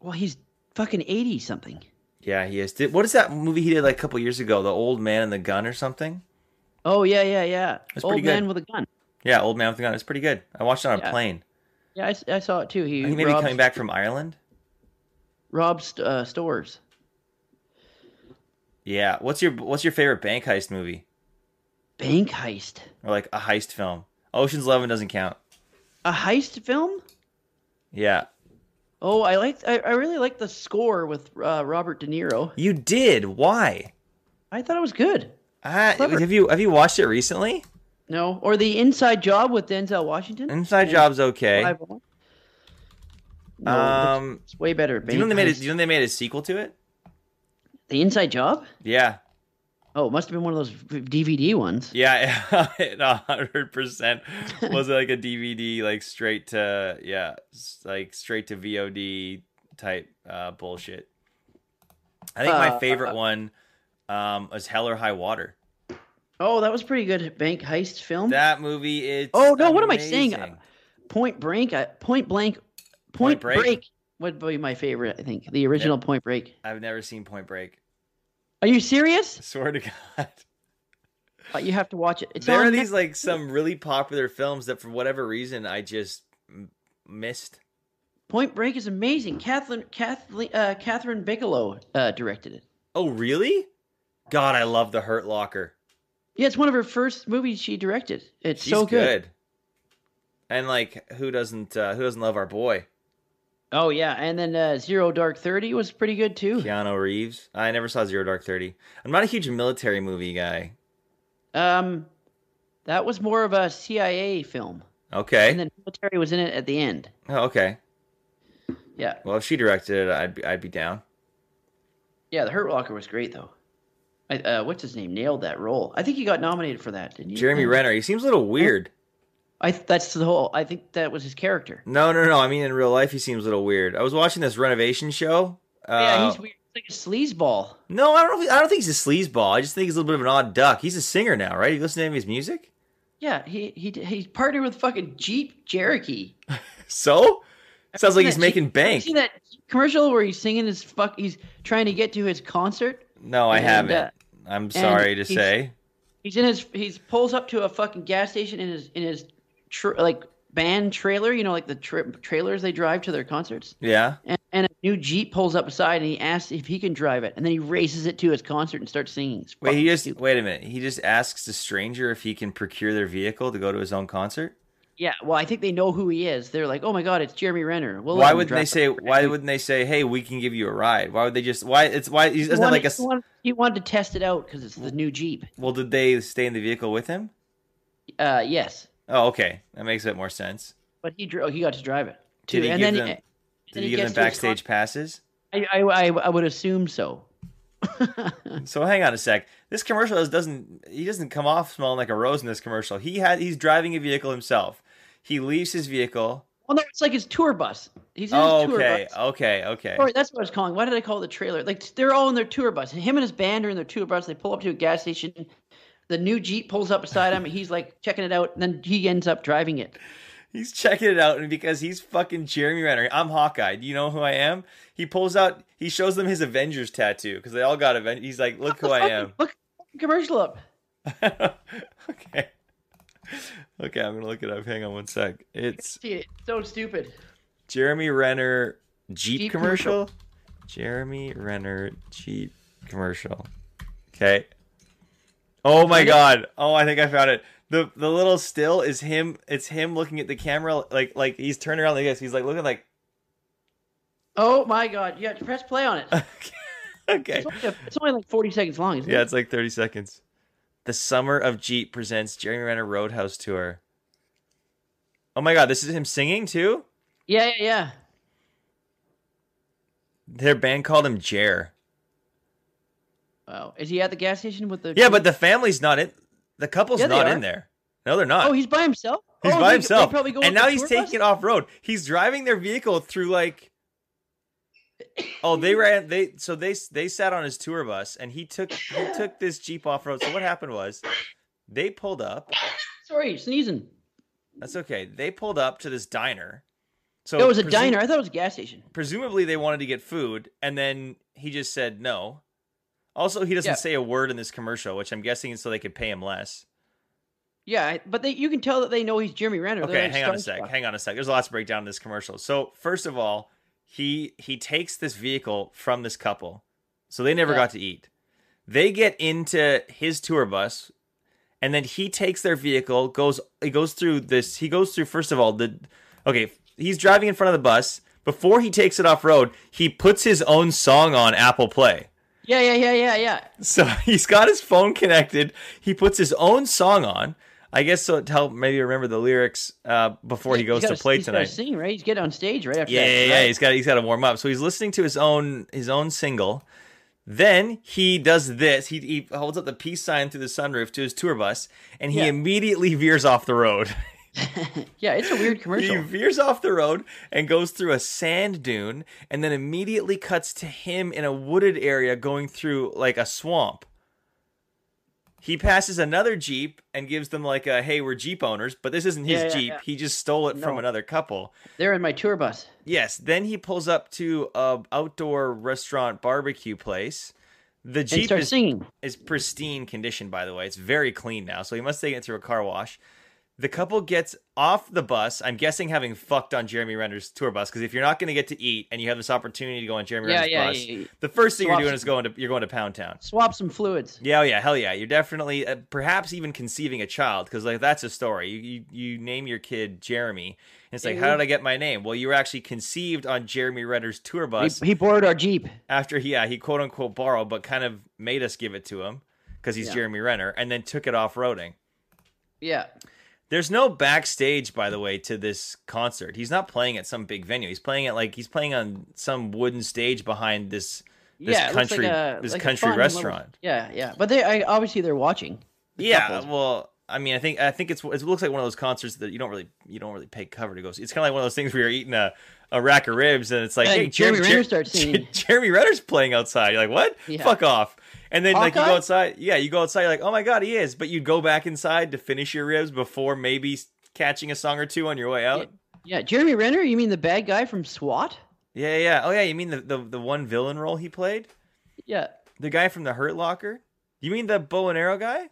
Speaker 1: Well, he's fucking eighty something.
Speaker 2: Yeah, he is. Did, what is that movie he did like a couple years ago? The Old Man and the Gun or something?
Speaker 1: Oh yeah, yeah, yeah.
Speaker 2: That's
Speaker 1: Old
Speaker 2: pretty good.
Speaker 1: man with a gun.
Speaker 2: Yeah, Old Man with the Gun. It's pretty good. I watched it on a
Speaker 1: Yeah.
Speaker 2: plane.
Speaker 1: Yeah, I, s- I saw it too. He
Speaker 2: I think maybe
Speaker 1: robs,
Speaker 2: coming back from Ireland.
Speaker 1: robs uh, stores.
Speaker 2: Yeah. What's your What's your favorite bank heist movie
Speaker 1: Bank heist.
Speaker 2: or like a heist film? Ocean's Eleven doesn't count.
Speaker 1: A heist film?
Speaker 2: Yeah.
Speaker 1: Oh, I like. I, I really like the score with uh, Robert De Niro.
Speaker 2: You did. Why?
Speaker 1: I thought it was good.
Speaker 2: Ah,
Speaker 1: Clever.
Speaker 2: have you have you watched it recently?
Speaker 1: No, or the Inside Job with Denzel Washington.
Speaker 2: Inside Job's okay.
Speaker 1: Five on. No, it's-
Speaker 2: Um,
Speaker 1: it's way better.
Speaker 2: do you know they
Speaker 1: Bank
Speaker 2: made a,
Speaker 1: heist.
Speaker 2: do you know they made a sequel to it?
Speaker 1: the Inside Job?
Speaker 2: Yeah,
Speaker 1: Oh, it must have been one of those v- DVD ones.
Speaker 2: yeah, *laughs* it a hundred percent was like a DVD, like straight to yeah, s- like straight to VOD type uh, bullshit. I think my
Speaker 1: Uh,
Speaker 2: favorite one um, was Hell or High Water.
Speaker 1: Oh, that was pretty good bank heist film.
Speaker 2: That movie is
Speaker 1: Oh, no, what am I saying?
Speaker 2: amazing.
Speaker 1: Point Blank, I, Point Blank, Point,
Speaker 2: Point Break?
Speaker 1: Break. would be my favorite. I think the original Point Break.
Speaker 2: I've never seen Point Break.
Speaker 1: Are you serious?
Speaker 2: *laughs* Swear to God.
Speaker 1: Uh, you have to watch it. It's
Speaker 2: there
Speaker 1: on
Speaker 2: are
Speaker 1: *laughs*
Speaker 2: these like some really popular films that for whatever reason I just m- missed.
Speaker 1: Point Break is amazing. Kathleen Kathleen uh, Catherine Bigelow uh, directed it.
Speaker 2: Oh, really? God, I love The Hurt Locker.
Speaker 1: Yeah, it's one of her first movies she directed. It's
Speaker 2: She's
Speaker 1: so good.
Speaker 2: And like who doesn't uh, who doesn't love our boy
Speaker 1: Oh yeah, and then uh, Zero Dark Thirty was pretty good too.
Speaker 2: Keanu Reeves? I never saw Zero Dark Thirty. I'm not a huge military movie guy.
Speaker 1: Um, that was more of a CIA film, and
Speaker 2: Okay.
Speaker 1: then military was in it at the end.
Speaker 2: Oh, okay.
Speaker 1: Yeah,
Speaker 2: Well, if she directed it, I'd be, I'd be down.
Speaker 1: yeah. The Hurt Locker was great though. I, uh, what's his name nailed that role? I think he got nominated for that, didn't you?
Speaker 2: Jeremy Renner. He seems a little weird.
Speaker 1: I th- that's the whole. I think that was his character.
Speaker 2: No, no, no. I mean, in real life, he seems a little weird. I was watching this renovation show.
Speaker 1: yeah,
Speaker 2: uh,
Speaker 1: he's weird. He's like a sleazeball.
Speaker 2: No, I don't. Know if, I don't think he's a sleazeball. I just think he's a little bit of an odd duck. He's a singer now, right? You listen to any of his music?
Speaker 1: Yeah, he he d- he's partnered with fucking Jeep Cherokee.
Speaker 2: So sounds like
Speaker 1: Seen
Speaker 2: he's
Speaker 1: that
Speaker 2: making
Speaker 1: Jeep-
Speaker 2: bank.
Speaker 1: Seen that commercial where he's singing his fuck? He's trying to get to his concert.
Speaker 2: No, Oh, I
Speaker 1: And,
Speaker 2: haven't.
Speaker 1: uh,
Speaker 2: I'm sorry to
Speaker 1: he's-
Speaker 2: say.
Speaker 1: He's in his. He's pulls up to a fucking gas station in his in his tr- like band trailer. You know, like the tri- trailers they drive to their concerts.
Speaker 2: Yeah.
Speaker 1: And, and a new Jeep pulls up beside, and he asks if he can drive it, and then he races it to his concert and starts singing. It's
Speaker 2: Wait,
Speaker 1: fucking
Speaker 2: he just
Speaker 1: stupid.
Speaker 2: wait a minute. He just asks a stranger if he can procure their vehicle to go to his own concert.
Speaker 1: yeah. Well, I think they know who he is. They're like, oh my god, it's Jeremy Renner. We'll
Speaker 2: why
Speaker 1: let him
Speaker 2: wouldn't
Speaker 1: drive
Speaker 2: they
Speaker 1: it."
Speaker 2: say? Why wouldn't they say, "Hey, we can give you a ride"? Why would they just? Why it's why? He
Speaker 1: He
Speaker 2: doesn't have
Speaker 1: wanted,
Speaker 2: like a. s-
Speaker 1: he wanted- he wanted to test it out because it's the new Jeep.
Speaker 2: Well, did they stay in the vehicle with him?
Speaker 1: Uh, yes,
Speaker 2: Oh, okay, that makes a bit more sense.
Speaker 1: but he drove. He got to drive it.
Speaker 2: Did
Speaker 1: Too.
Speaker 2: he
Speaker 1: and
Speaker 2: give
Speaker 1: then
Speaker 2: them-
Speaker 1: and
Speaker 2: Did
Speaker 1: then
Speaker 2: he give them
Speaker 1: gets to his
Speaker 2: backstage passes?
Speaker 1: con- I, I, I I would assume so.
Speaker 2: So hang on a sec. This commercial is- doesn't he doesn't come off smelling like a rose in this commercial. He had he's driving a vehicle himself. He leaves his vehicle.
Speaker 1: Well, no, it's like his tour bus. He's in
Speaker 2: Oh,
Speaker 1: his tour
Speaker 2: okay,
Speaker 1: bus.
Speaker 2: okay, okay.
Speaker 1: Sorry, that's what I was calling. Why did I call it the trailer? Like they're all in their tour bus. And him and his band are in their tour bus. They pull up to a gas station. The new Jeep pulls up beside him. and He's like checking it out. And then he ends up driving it.
Speaker 2: He's checking it out, and because he's fucking Jeremy Renner, I'm Hawkeye. Do you know who I am? He pulls out. He shows them his Avengers tattoo because they all got Avengers. He's like, look who I am. *laughs*
Speaker 1: Look, fucking commercial up.
Speaker 2: okay, okay. I'm gonna look it up. Hhang on one sec. It's
Speaker 1: See, it's so stupid.
Speaker 2: Jeremy Renner Jeep,
Speaker 1: Jeep
Speaker 2: commercial? Jeremy Renner Jeep commercial. Okay. Oh my
Speaker 1: Find it?
Speaker 2: god. Oh, I think I found it. The the little still is him it's him looking at the camera like like he's turning around like this. He's like looking like *laughs*
Speaker 1: Oh my god! Yeah, press play on it.
Speaker 2: okay.
Speaker 1: It's only, it's only like forty seconds long. Isn't
Speaker 2: Yeah,
Speaker 1: it?
Speaker 2: it's like 30 seconds. The Summer of Jeep presents Jeremy Renner Roadhouse Tour. Oh my god, this is him singing too?
Speaker 1: Yeah, yeah, yeah.
Speaker 2: Their band called him Jer.
Speaker 1: Wow. Is he at the gas station with the?
Speaker 2: Yeah, but the family's not in. The couple's
Speaker 1: Yeah, they
Speaker 2: not
Speaker 1: are.
Speaker 2: in there. No, they're not.
Speaker 1: oh, he's by himself.
Speaker 2: He's
Speaker 1: Oh,
Speaker 2: by
Speaker 1: they- they
Speaker 2: himself.
Speaker 1: probably go with
Speaker 2: and
Speaker 1: the
Speaker 2: now he's
Speaker 1: tour
Speaker 2: taking
Speaker 1: bus?
Speaker 2: it off road. He's driving their vehicle through like
Speaker 1: *coughs*
Speaker 2: Oh, they ran they so they they sat on his tour bus and he took he took this Jeep off road. So what happened was they pulled up.
Speaker 1: Sorry, sneezing.
Speaker 2: That's okay. They pulled up to this diner. So
Speaker 1: That was a
Speaker 2: presu-
Speaker 1: diner. I thought it was a gas station.
Speaker 2: Presumably they wanted to get food and then he just said no. Also, he doesn't
Speaker 1: Yeah.
Speaker 2: say a word in this commercial, which I'm guessing is so they could pay him less.
Speaker 1: Yeah, I- but they, you can tell that they know he's Jeremy Renner. They're,
Speaker 2: Okay,
Speaker 1: like,
Speaker 2: hang on a sec.
Speaker 1: starstruck.
Speaker 2: Hang on a sec. There's lots to break down in this commercial. So first of all, he he takes this vehicle from this couple, so they never
Speaker 1: Yeah.
Speaker 2: got to eat. They get into his tour bus, and then he takes their vehicle. goes He goes through this. He goes through first of all the. Okay, he's driving in front of the bus. Before he takes it off road, he puts his own song on Apple Play.
Speaker 1: Yeah, yeah, yeah, yeah, yeah.
Speaker 2: So *laughs* he's got his phone connected. He puts his own song on. I guess so to help maybe remember the lyrics uh, before he goes
Speaker 1: He's
Speaker 2: to
Speaker 1: gotta-
Speaker 2: play
Speaker 1: he's gotta
Speaker 2: tonight.
Speaker 1: Sing right. He's getting on stage right after.
Speaker 2: Yeah,
Speaker 1: that,
Speaker 2: yeah, yeah.
Speaker 1: right?
Speaker 2: He's got he's got to warm up. So he's listening to his own his own single. Then he does this. He, he holds up the peace sign through the sunroof to his tour bus, and he
Speaker 1: Yeah.
Speaker 2: immediately veers off the road. *laughs*
Speaker 1: Yeah, it's a weird
Speaker 2: he
Speaker 1: commercial.
Speaker 2: veers off the road and goes through a sand dune, and then immediately cuts to him in a wooded area going through like a swamp. He passes another jeep and gives them like a "Hey, we're jeep owners," but this isn't his
Speaker 1: Yeah, yeah,
Speaker 2: jeep.
Speaker 1: yeah.
Speaker 2: He just stole it from
Speaker 1: No.
Speaker 2: another couple.
Speaker 1: They're in my tour bus.
Speaker 2: Yes. Then he pulls up to a outdoor restaurant barbecue place. The
Speaker 1: And
Speaker 2: Jeep
Speaker 1: start
Speaker 2: is,
Speaker 1: singing.
Speaker 2: is pristine condition, by the way. It's very clean now, so he must take it through a car wash. The couple gets off the bus. I'm guessing having fucked on Jeremy Renner's tour bus because if you're not going to get to eat and you have this opportunity to go on Jeremy
Speaker 1: Yeah,
Speaker 2: Renner's
Speaker 1: yeah,
Speaker 2: bus,
Speaker 1: yeah, yeah.
Speaker 2: the first thing you're
Speaker 1: Swap
Speaker 2: doing is going to you're going to Pound Town.
Speaker 1: Swap some fluids.
Speaker 2: Yeah, oh yeah, hell yeah. You're definitely uh, perhaps even conceiving a child because like that's a story. You, you you name your kid Jeremy. And it's like,
Speaker 1: Mm-hmm.
Speaker 2: how did I get my name? Well, you were actually conceived on Jeremy Renner's tour
Speaker 1: He,
Speaker 2: bus
Speaker 1: he borrowed our jeep.
Speaker 2: after he yeah, he quote unquote borrowed, but kind of made us give it to him because he's
Speaker 1: Yeah.
Speaker 2: Jeremy Renner, and then took it off roading.
Speaker 1: Yeah.
Speaker 2: There's no backstage, by the way, to this concert. He's not playing at some big venue. He's playing at like he's playing on some wooden stage behind this this
Speaker 1: yeah, it looks like
Speaker 2: country
Speaker 1: a-
Speaker 2: this
Speaker 1: like a
Speaker 2: country
Speaker 1: fun little-
Speaker 2: restaurant.
Speaker 1: yeah, yeah, but they I, obviously they're watching. the
Speaker 2: yeah
Speaker 1: couples.
Speaker 2: well i mean i think i think it's it looks like one of those concerts that you don't really you don't really pay cover to go see it's kind of like one of those things where you're eating a, a rack of ribs and it's like
Speaker 1: And
Speaker 2: hey
Speaker 1: Jeremy
Speaker 2: Jer-
Speaker 1: Renner
Speaker 2: Jer-
Speaker 1: starts singing.
Speaker 2: *laughs* jeremy renner's playing outside you're like what
Speaker 1: Yeah.
Speaker 2: fuck off and then like you go
Speaker 1: Hawkeye?
Speaker 2: outside yeah you go outside you're like oh my god he is but you'd go back inside to finish your ribs before maybe s- catching a song or two on your way out
Speaker 1: yeah, Jeremy Renner. You mean the bad guy from SWAT?
Speaker 2: yeah yeah, oh yeah you mean the, the the one villain role he played
Speaker 1: Yeah,
Speaker 2: the guy from the hurt locker you mean the bow and arrow guy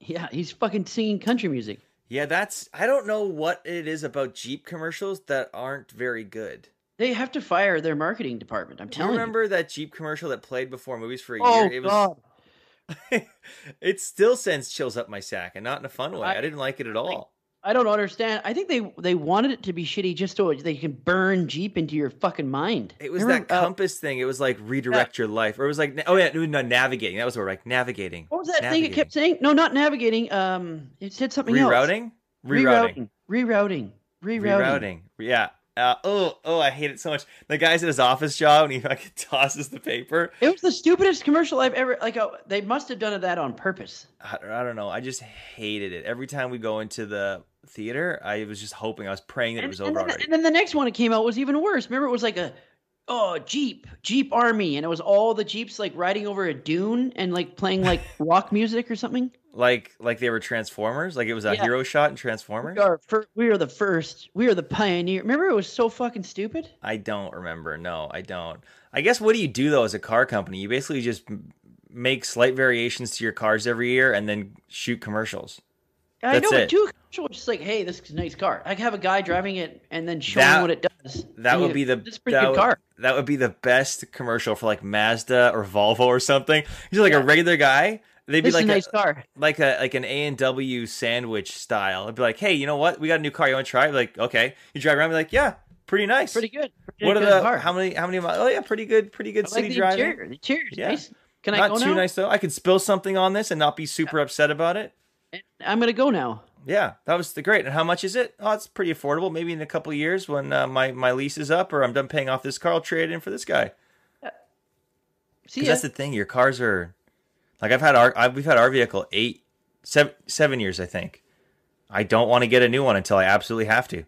Speaker 1: yeah, he's fucking singing country music.
Speaker 2: Yeah, that's I don't know what it is about Jeep commercials that aren't very good.
Speaker 1: They have to fire their marketing department. I'm
Speaker 2: Do you
Speaker 1: telling
Speaker 2: remember that Jeep commercial that played before movies for a
Speaker 1: you. Oh
Speaker 2: year? It
Speaker 1: God,
Speaker 2: was it still sends chills up my sack and not in a fun way. I,
Speaker 1: I-
Speaker 2: didn't like it at all.
Speaker 1: I don't understand. I think they they wanted it to be shitty just so they can burn Jeep into your fucking mind.
Speaker 2: It was
Speaker 1: Remember,
Speaker 2: that
Speaker 1: uh,
Speaker 2: compass thing. It was like redirect your life. Or it was like oh yeah, no, navigating. That was what like navigating.
Speaker 1: what was that thing it kept saying? No, not navigating. Um, it said something else.
Speaker 2: Rerouting? Rerouting.
Speaker 1: Rerouting. Rerouting. Rerouting.
Speaker 2: Rerouting. Yeah. Uh, oh, oh! I hate it so much. The guy's at his office job, and he fucking tosses the paper.
Speaker 1: It was the stupidest commercial I've ever like. Oh, they must have done that on purpose.
Speaker 2: I I don't know. I just hated it. Every time we go into the theater, I was just hoping, I was praying that it
Speaker 1: And,
Speaker 2: was
Speaker 1: and
Speaker 2: over
Speaker 1: then,
Speaker 2: already.
Speaker 1: and then the next one that came out was even worse. Remember, it was like a oh Jeep Jeep Army, and it was all the Jeeps like riding over a dune and like playing like *laughs* rock music or something.
Speaker 2: Like, like they were Transformers. Like it was a
Speaker 1: Yeah.
Speaker 2: hero shot in
Speaker 1: We
Speaker 2: Transformers.
Speaker 1: are fir- we are the first. We are the pioneer. Remember, it was so fucking stupid.
Speaker 2: I don't remember. No, I don't. I guess what do you do though as a car company? You basically just m- make slight variations to your cars every year and then shoot commercials.
Speaker 1: I
Speaker 2: That's
Speaker 1: know,
Speaker 2: it.
Speaker 1: but two commercial was just like, hey, this is a nice car. I have a guy driving it and then showing
Speaker 2: That-
Speaker 1: what it does.
Speaker 2: That
Speaker 1: And
Speaker 2: would
Speaker 1: you-
Speaker 2: be the
Speaker 1: this is a pretty
Speaker 2: that
Speaker 1: good
Speaker 2: would-
Speaker 1: car.
Speaker 2: That would be the best commercial for like Mazda or Volvo or something. He's like a regular guy. They'd
Speaker 1: This
Speaker 2: be like
Speaker 1: is a nice
Speaker 2: a,
Speaker 1: car.
Speaker 2: like a like an A and W sandwich style. I'd be like, hey, you know what? We got a new car. You want to try? it?" Like, okay. You drive around. Be like, yeah, pretty nice.
Speaker 1: Pretty good. Pretty
Speaker 2: what
Speaker 1: good
Speaker 2: are the
Speaker 1: car.
Speaker 2: how many how many miles? Oh yeah, pretty good. Pretty good
Speaker 1: I
Speaker 2: city
Speaker 1: like the
Speaker 2: driving.
Speaker 1: interior. The interior's
Speaker 2: Yeah.
Speaker 1: nice. Can I
Speaker 2: Not
Speaker 1: go
Speaker 2: too
Speaker 1: now?
Speaker 2: nice though. I could spill something on this and not be super upset about it.
Speaker 1: I'm gonna go now.
Speaker 2: Yeah, that was the great. And how much is it? Oh, it's pretty affordable. Maybe in a couple of years when uh, my my lease is up or I'm done paying off this car, I'll trade it in for this guy.
Speaker 1: See
Speaker 2: Because
Speaker 1: ya.
Speaker 2: that's the thing. Your cars are like I've had our I've, we've had our vehicle eight seven seven years I think. I don't want to get a new one until I absolutely have to.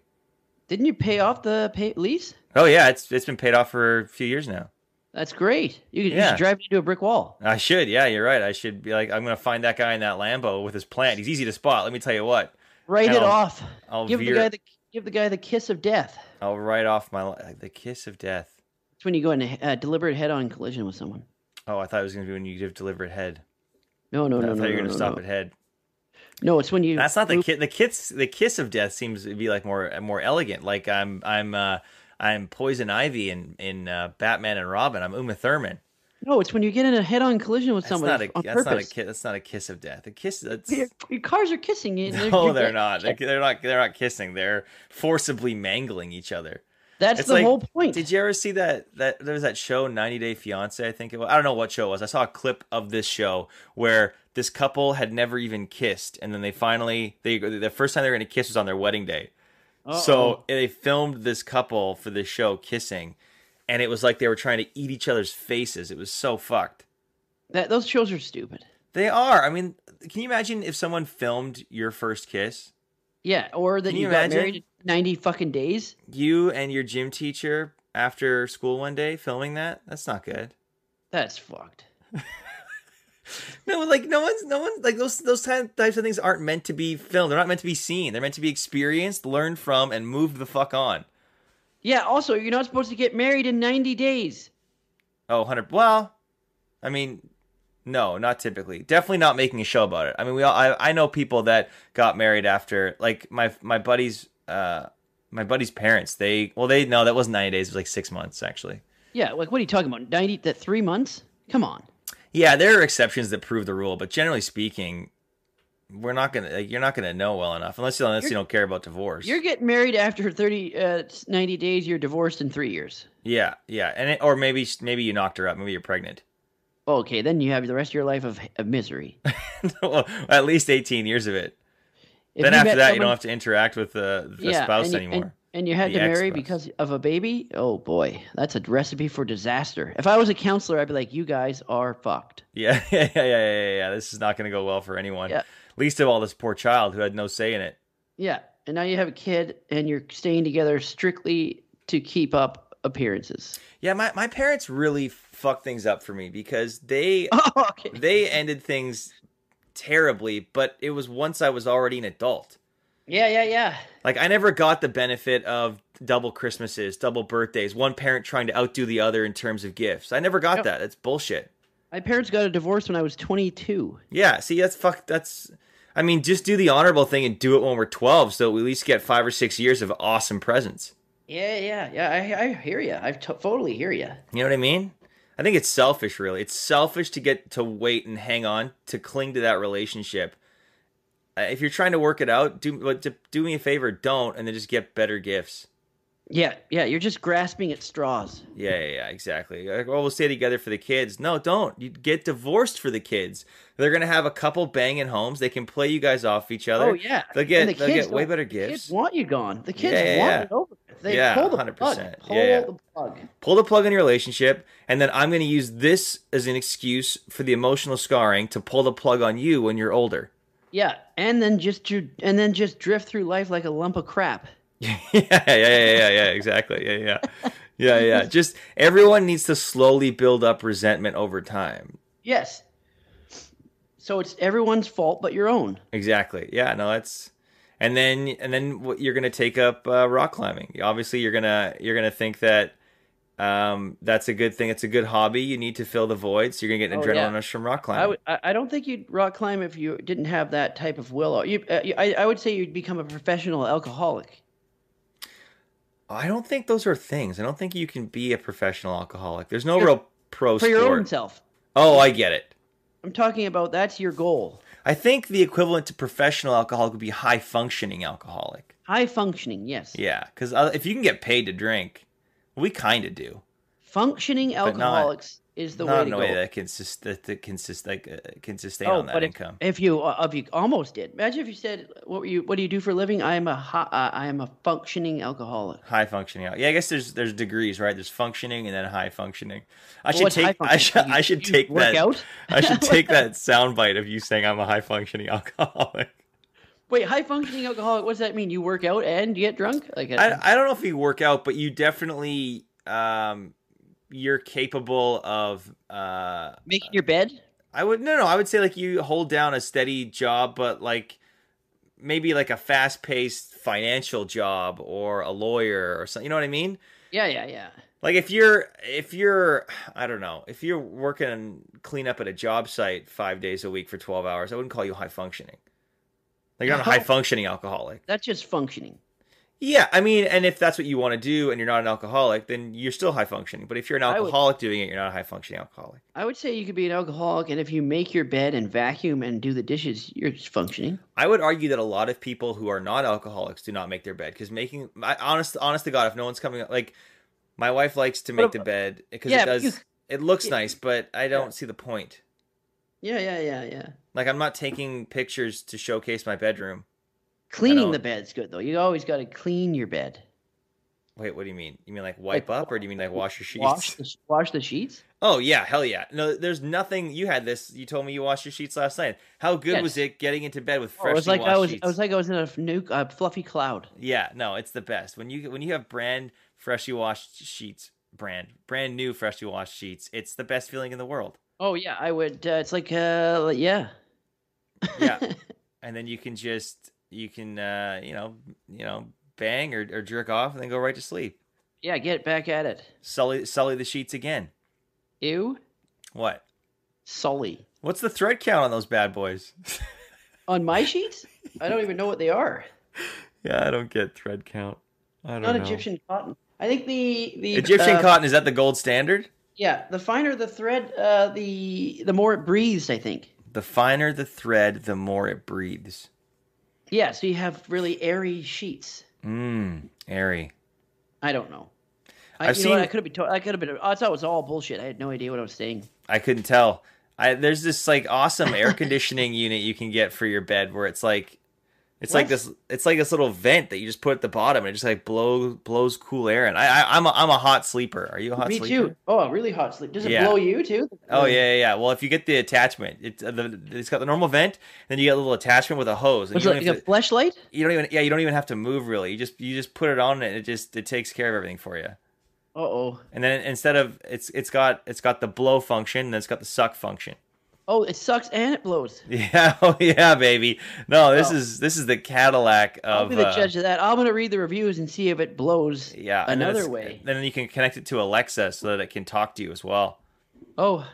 Speaker 1: Didn't you pay off the pay- lease?
Speaker 2: Oh yeah, it's it's been paid off for a few years now.
Speaker 1: That's great. You, could, you
Speaker 2: Yeah.
Speaker 1: should drive it into a brick wall.
Speaker 2: I should. Yeah, you're right. I should be like I'm gonna find that guy in that Lambo with his plant. He's easy to spot. Let me tell you what.
Speaker 1: Write
Speaker 2: And
Speaker 1: it
Speaker 2: I'll-
Speaker 1: off.
Speaker 2: I'll
Speaker 1: give
Speaker 2: veer-
Speaker 1: the guy the give the guy the kiss of death.
Speaker 2: I'll write off my li- the kiss of death.
Speaker 1: It's when you go in a uh, deliberate head-on collision with someone.
Speaker 2: Oh, I thought it was gonna be when you give deliberate head.
Speaker 1: No, no,
Speaker 2: I
Speaker 1: no,
Speaker 2: thought
Speaker 1: no,
Speaker 2: you were
Speaker 1: no,
Speaker 2: gonna
Speaker 1: no,
Speaker 2: stop
Speaker 1: no.
Speaker 2: at head.
Speaker 1: No, it's when you.
Speaker 2: That's not the
Speaker 1: move-
Speaker 2: kiss. The kiss. The kiss of death seems to be like more more elegant. Like I'm I'm uh, I'm poison ivy in in uh, Batman and Robin. I'm Uma Thurman.
Speaker 1: No, it's when you get in a head-on collision with
Speaker 2: That's
Speaker 1: somebody
Speaker 2: not a
Speaker 1: on
Speaker 2: that's not a
Speaker 1: purpose.
Speaker 2: kiss. That's not a kiss of death. A kiss.
Speaker 1: *laughs*
Speaker 2: That's *laughs*
Speaker 1: Your, your cars are kissing you. and
Speaker 2: no,
Speaker 1: you're
Speaker 2: they're
Speaker 1: getting-
Speaker 2: not. They're, they're not. They're not kissing. They're forcibly mangling each other.
Speaker 1: That's
Speaker 2: It's
Speaker 1: the
Speaker 2: like,
Speaker 1: whole point.
Speaker 2: Did you ever see that? That there was that show, 90 Day Fiance. I think it was. I don't know what show it was. I saw a clip of this show where this couple had never even kissed, and then they finally they the first time they were going to kiss was on their wedding day. So
Speaker 1: Uh-oh.
Speaker 2: they filmed this couple for this show kissing, and it was like they were trying to eat each other's faces. It was so fucked.
Speaker 1: that those shows are stupid.
Speaker 2: They are. I mean, can you imagine if someone filmed your first kiss?
Speaker 1: Yeah, or that
Speaker 2: Can
Speaker 1: you,
Speaker 2: you
Speaker 1: got
Speaker 2: imagine?
Speaker 1: married in ninety fucking days.
Speaker 2: You and your gym teacher after school one day filming that? That's not good.
Speaker 1: That's fucked.
Speaker 2: No, like no one's no one like those those ty- types of things aren't meant to be filmed. They're not meant to be seen. They're meant to be experienced, learned from, and moved the fuck on.
Speaker 1: Yeah. Also, you're not supposed to get married in ninety days.
Speaker 2: Oh, 100 well, I mean, no, not typically. Definitely not making a show about it. I mean, we all I, I know people that got married after like my my buddies uh my buddy's parents. They well they no, that wasn't 90 days. It was like 6 months actually.
Speaker 1: Yeah. Like, what are you talking about? Ninety? That three months? Come on.
Speaker 2: Yeah, there are exceptions that prove the rule, but generally speaking, we're not going to like, you're not going to know well enough unless you unless you don't care about divorce.
Speaker 1: You're getting married after 30, uh, 90 days. You're divorced in three years.
Speaker 2: Yeah, yeah, and it, or maybe maybe you knocked her up. Maybe you're pregnant. *laughs*
Speaker 1: Okay, then you have the rest of your life of, of misery. If
Speaker 2: well, at least eighteen years of it. then
Speaker 1: you met
Speaker 2: after that, you
Speaker 1: someone-
Speaker 2: don't have to interact with the, the
Speaker 1: yeah,
Speaker 2: spouse
Speaker 1: and you- and-
Speaker 2: anymore.
Speaker 1: And, you had
Speaker 2: The
Speaker 1: to marry
Speaker 2: ex-spouse.
Speaker 1: because of a baby? Oh boy, that's a recipe for disaster. If I was a counselor, I'd be like, you guys are fucked.
Speaker 2: Yeah, *laughs* yeah, yeah, yeah, yeah, yeah. This is not going to go well for anyone.
Speaker 1: Yeah.
Speaker 2: Least of all this poor child who had no say in it.
Speaker 1: Yeah, and now you have a kid and you're staying together strictly to keep up appearances.
Speaker 2: Yeah, my, my parents really fucked things up for me because they
Speaker 1: *laughs* Oh, okay.
Speaker 2: they ended things terribly, but it was once I was already an adult.
Speaker 1: Yeah, yeah, yeah.
Speaker 2: Like I never got the benefit of double Christmases, double birthdays, one parent trying to outdo the other in terms of gifts. I never got
Speaker 1: Yep.
Speaker 2: that. That's bullshit.
Speaker 1: My parents got a divorce when I was 22.
Speaker 2: Yeah, see that's fuck that's I mean, just do the honorable thing and do it when we're 12 so we at least get 5 or 6 years of awesome presents.
Speaker 1: Yeah, yeah, yeah. I, I hear you. I t- totally hear you.
Speaker 2: You know what I mean? I think it's selfish really. It's selfish to get to wait and hang on to cling to that relationship. Uh, If you're trying to work it out, do but do- do me a favor, don't and then just get better gifts.
Speaker 1: Yeah, yeah. You're just grasping at straws.
Speaker 2: Yeah, yeah, yeah, exactly. Like, oh, well, we'll stay together for the kids. No, don't. You get divorced for the kids. They're gonna have a couple banging homes. They can play you guys off each other.
Speaker 1: Oh yeah,
Speaker 2: They'll get
Speaker 1: And the
Speaker 2: they'll
Speaker 1: kids
Speaker 2: get way
Speaker 1: don't-
Speaker 2: better
Speaker 1: The
Speaker 2: gifts.
Speaker 1: kids want you gone. The kids
Speaker 2: Yeah, yeah,
Speaker 1: want
Speaker 2: yeah.
Speaker 1: it over. with. They
Speaker 2: Yeah,
Speaker 1: pull the plug.
Speaker 2: 100%.
Speaker 1: Pull
Speaker 2: Yeah, yeah.
Speaker 1: the plug.
Speaker 2: Pull the plug on your relationship, and then I'm gonna use this as an excuse for the emotional scarring to pull the plug on you when you're older.
Speaker 1: Yeah, and then just ju- and then just drift through life like a lump of crap.
Speaker 2: *laughs* yeah, yeah, yeah, yeah, yeah, exactly. Yeah, yeah.
Speaker 1: *laughs*
Speaker 2: Yeah, yeah. Just everyone needs to slowly build up resentment over time.
Speaker 1: Yes. So it's everyone's fault but your own.
Speaker 2: Exactly. Yeah. No, that's and then and then what- you're gonna take up uh, rock climbing. Obviously, you're gonna you're gonna think that um, that's a good thing. It's a good hobby. You need to fill the void, so you're gonna get an
Speaker 1: Oh,
Speaker 2: adrenaline
Speaker 1: yeah.
Speaker 2: rush from rock climbing.
Speaker 1: I would. I I don't think you'd rock climb if you didn't have that type of will. You, uh, you- I, I would say you'd become a professional alcoholic.
Speaker 2: I don't think those are things. I don't think you can be a professional alcoholic. There's no
Speaker 1: Just
Speaker 2: real pro
Speaker 1: For
Speaker 2: sport.
Speaker 1: your own self.
Speaker 2: oh, I get it.
Speaker 1: I'm talking about that's your goal.
Speaker 2: I think the equivalent to professional alcoholic would be high functioning alcoholic.
Speaker 1: High functioning, yes.
Speaker 2: Yeah, uh, because if you can get paid to drink, we kind of do.
Speaker 1: Functioning
Speaker 2: not-
Speaker 1: alcoholics is the
Speaker 2: Not
Speaker 1: way
Speaker 2: in
Speaker 1: to go.
Speaker 2: a
Speaker 1: Oh,
Speaker 2: way that can sus- that, that can sus- like uh, can sustain on that
Speaker 1: but if,
Speaker 2: income.
Speaker 1: if you uh, if you almost did, imagine if you said, "What were you? What do you do for a living?" I am a ho- uh, I am a functioning alcoholic.
Speaker 2: high functioning. Yeah, I guess there's there's degrees, right? There's functioning and then high functioning. I should
Speaker 1: what's high
Speaker 2: take I should
Speaker 1: functioning?
Speaker 2: I should
Speaker 1: Do you
Speaker 2: take
Speaker 1: work
Speaker 2: that
Speaker 1: out? *laughs*
Speaker 2: I should take that soundbite of you saying I'm a high functioning *laughs* alcoholic.
Speaker 1: Wait, high functioning alcoholic. What does that mean? You work out and you get drunk? Like, uh, I,
Speaker 2: I I don't know if you work out, but you definitely um you're capable of uh
Speaker 1: making your bed?
Speaker 2: I would no no I would say like you hold down a steady job, but like maybe like a fast paced financial job or a lawyer or something. You know what I mean?
Speaker 1: Yeah, yeah, yeah.
Speaker 2: like if you're if you're i don't know if you're working cleanup at a job site five days a week for 12 hours i wouldn't call you high functioning like you're not a
Speaker 1: No.
Speaker 2: high functioning alcoholic
Speaker 1: That's just functioning.
Speaker 2: yeah i mean and if that's what you want to do and you're not an alcoholic then you're still high functioning but if you're an
Speaker 1: I would-
Speaker 2: alcoholic doing it you're not a high functioning alcoholic
Speaker 1: I would say you could be an alcoholic, and if you make your bed and vacuum and do the dishes, you're just functioning.
Speaker 2: i would argue that a lot of people who are not alcoholics do not make their bed because making I, honest honest to god if no one's coming like my wife likes to make
Speaker 1: But-
Speaker 2: the bed because
Speaker 1: Yeah,
Speaker 2: it
Speaker 1: but
Speaker 2: does
Speaker 1: you-
Speaker 2: it looks
Speaker 1: yeah.
Speaker 2: nice but i don't see the point
Speaker 1: Yeah, yeah, yeah, yeah.
Speaker 2: Like I'm not taking pictures to showcase my bedroom.
Speaker 1: Cleaning
Speaker 2: don't-
Speaker 1: the bed's good though. You always got to clean your bed.
Speaker 2: Wait, what do you mean? You mean like wipe up, or do you mean like wash your sheets?
Speaker 1: Wash the, wash the sheets.
Speaker 2: Oh yeah, hell yeah. No, there's nothing. You had this. You told me you washed your sheets last night. How good
Speaker 1: Yes.
Speaker 2: was it getting into bed with
Speaker 1: Oh,
Speaker 2: freshly
Speaker 1: it was like
Speaker 2: washed
Speaker 1: I was
Speaker 2: sheets?
Speaker 1: I was like I was in a nuke, uh, fluffy cloud.
Speaker 2: yeah, no, it's the best when you when you have brand freshly washed sheets, brand brand new freshly washed sheets. It's the best feeling in the
Speaker 1: *laughs*
Speaker 2: world.
Speaker 1: Oh yeah, I would. Uh, it's like uh, yeah.
Speaker 2: Yeah, and then you can just you can uh, you know you know bang or, or jerk off and then go right to sleep.
Speaker 1: *laughs* Yeah, get back at it.
Speaker 2: Sully sully the sheets again.
Speaker 1: Ew,
Speaker 2: What?
Speaker 1: Sully.
Speaker 2: What's the thread count on those bad boys? *laughs*
Speaker 1: On my sheets, I don't even know what they are.
Speaker 2: yeah, I don't get thread count. I don't
Speaker 1: Not
Speaker 2: know.
Speaker 1: Egyptian cotton. I think the the
Speaker 2: Egyptian
Speaker 1: uh,
Speaker 2: cotton is that the gold standard?
Speaker 1: Yeah, the finer the thread, uh, the the more it breathes. I think.
Speaker 2: The finer the thread, the more it breathes.
Speaker 1: Yeah, so you have really airy sheets.
Speaker 2: Mmm, airy.
Speaker 1: I don't know. I,
Speaker 2: I've
Speaker 1: you know what,
Speaker 2: seen-
Speaker 1: I could have been. To- I could have been. I thought it was all bullshit. I had no idea what I was saying.
Speaker 2: I couldn't tell. I there's this like
Speaker 1: *laughs*
Speaker 2: awesome air conditioning unit you can get for your bed where it's like it's like
Speaker 1: What?
Speaker 2: this it's like this little vent that you just put at the bottom and it just like blow blows cool air in. I, I I'm a, I'm a hot sleeper. Are you a hot
Speaker 1: Me
Speaker 2: sleeper?
Speaker 1: too. Oh, really hot sleep. Does it
Speaker 2: Yeah.
Speaker 1: blow you too?
Speaker 2: Oh yeah, yeah, yeah. Well, if you get the attachment, it's uh, the it's got the normal vent, then you get a little attachment with a hose, and
Speaker 1: What's
Speaker 2: you
Speaker 1: it,
Speaker 2: don't,
Speaker 1: like
Speaker 2: have
Speaker 1: a
Speaker 2: to,
Speaker 1: flashlight?
Speaker 2: you don't even yeah you don't even have to move really. You just you just put it on and it just it takes care of everything for you.
Speaker 1: Uh oh.
Speaker 2: And then instead of it's it's got it's got the blow function, and then it's got the suck function.
Speaker 1: Oh, it sucks and it blows.
Speaker 2: *laughs* Yeah, oh yeah, baby. No, this
Speaker 1: Oh.
Speaker 2: is this is the Cadillac
Speaker 1: I'll
Speaker 2: of
Speaker 1: be the
Speaker 2: uh,
Speaker 1: judge of that. I'm gonna read the reviews and see if it blows.
Speaker 2: yeah and then
Speaker 1: Another
Speaker 2: it's-
Speaker 1: way.
Speaker 2: Then you can connect it to Alexa so that it can talk to you as well.
Speaker 1: Oh,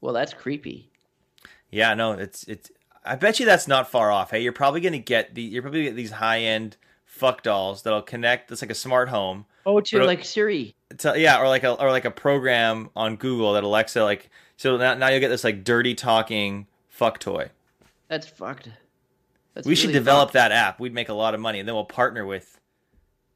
Speaker 1: well, that's creepy.
Speaker 2: Yeah, no, it's it's. I bet you that's not far off. Hey, you're probably gonna get the you're probably gonna get these high end fuck dolls that'll connect. It's like a smart home.
Speaker 1: Oh, to
Speaker 2: But it-
Speaker 1: like Siri.
Speaker 2: To, yeah, or like a or like a program on Google that Alexa like. So now now you'll get this like dirty talking fuck toy.
Speaker 1: That's fucked. That's
Speaker 2: we should
Speaker 1: really
Speaker 2: develop
Speaker 1: fucked.
Speaker 2: that app. We'd make a lot of money, and then we'll partner with.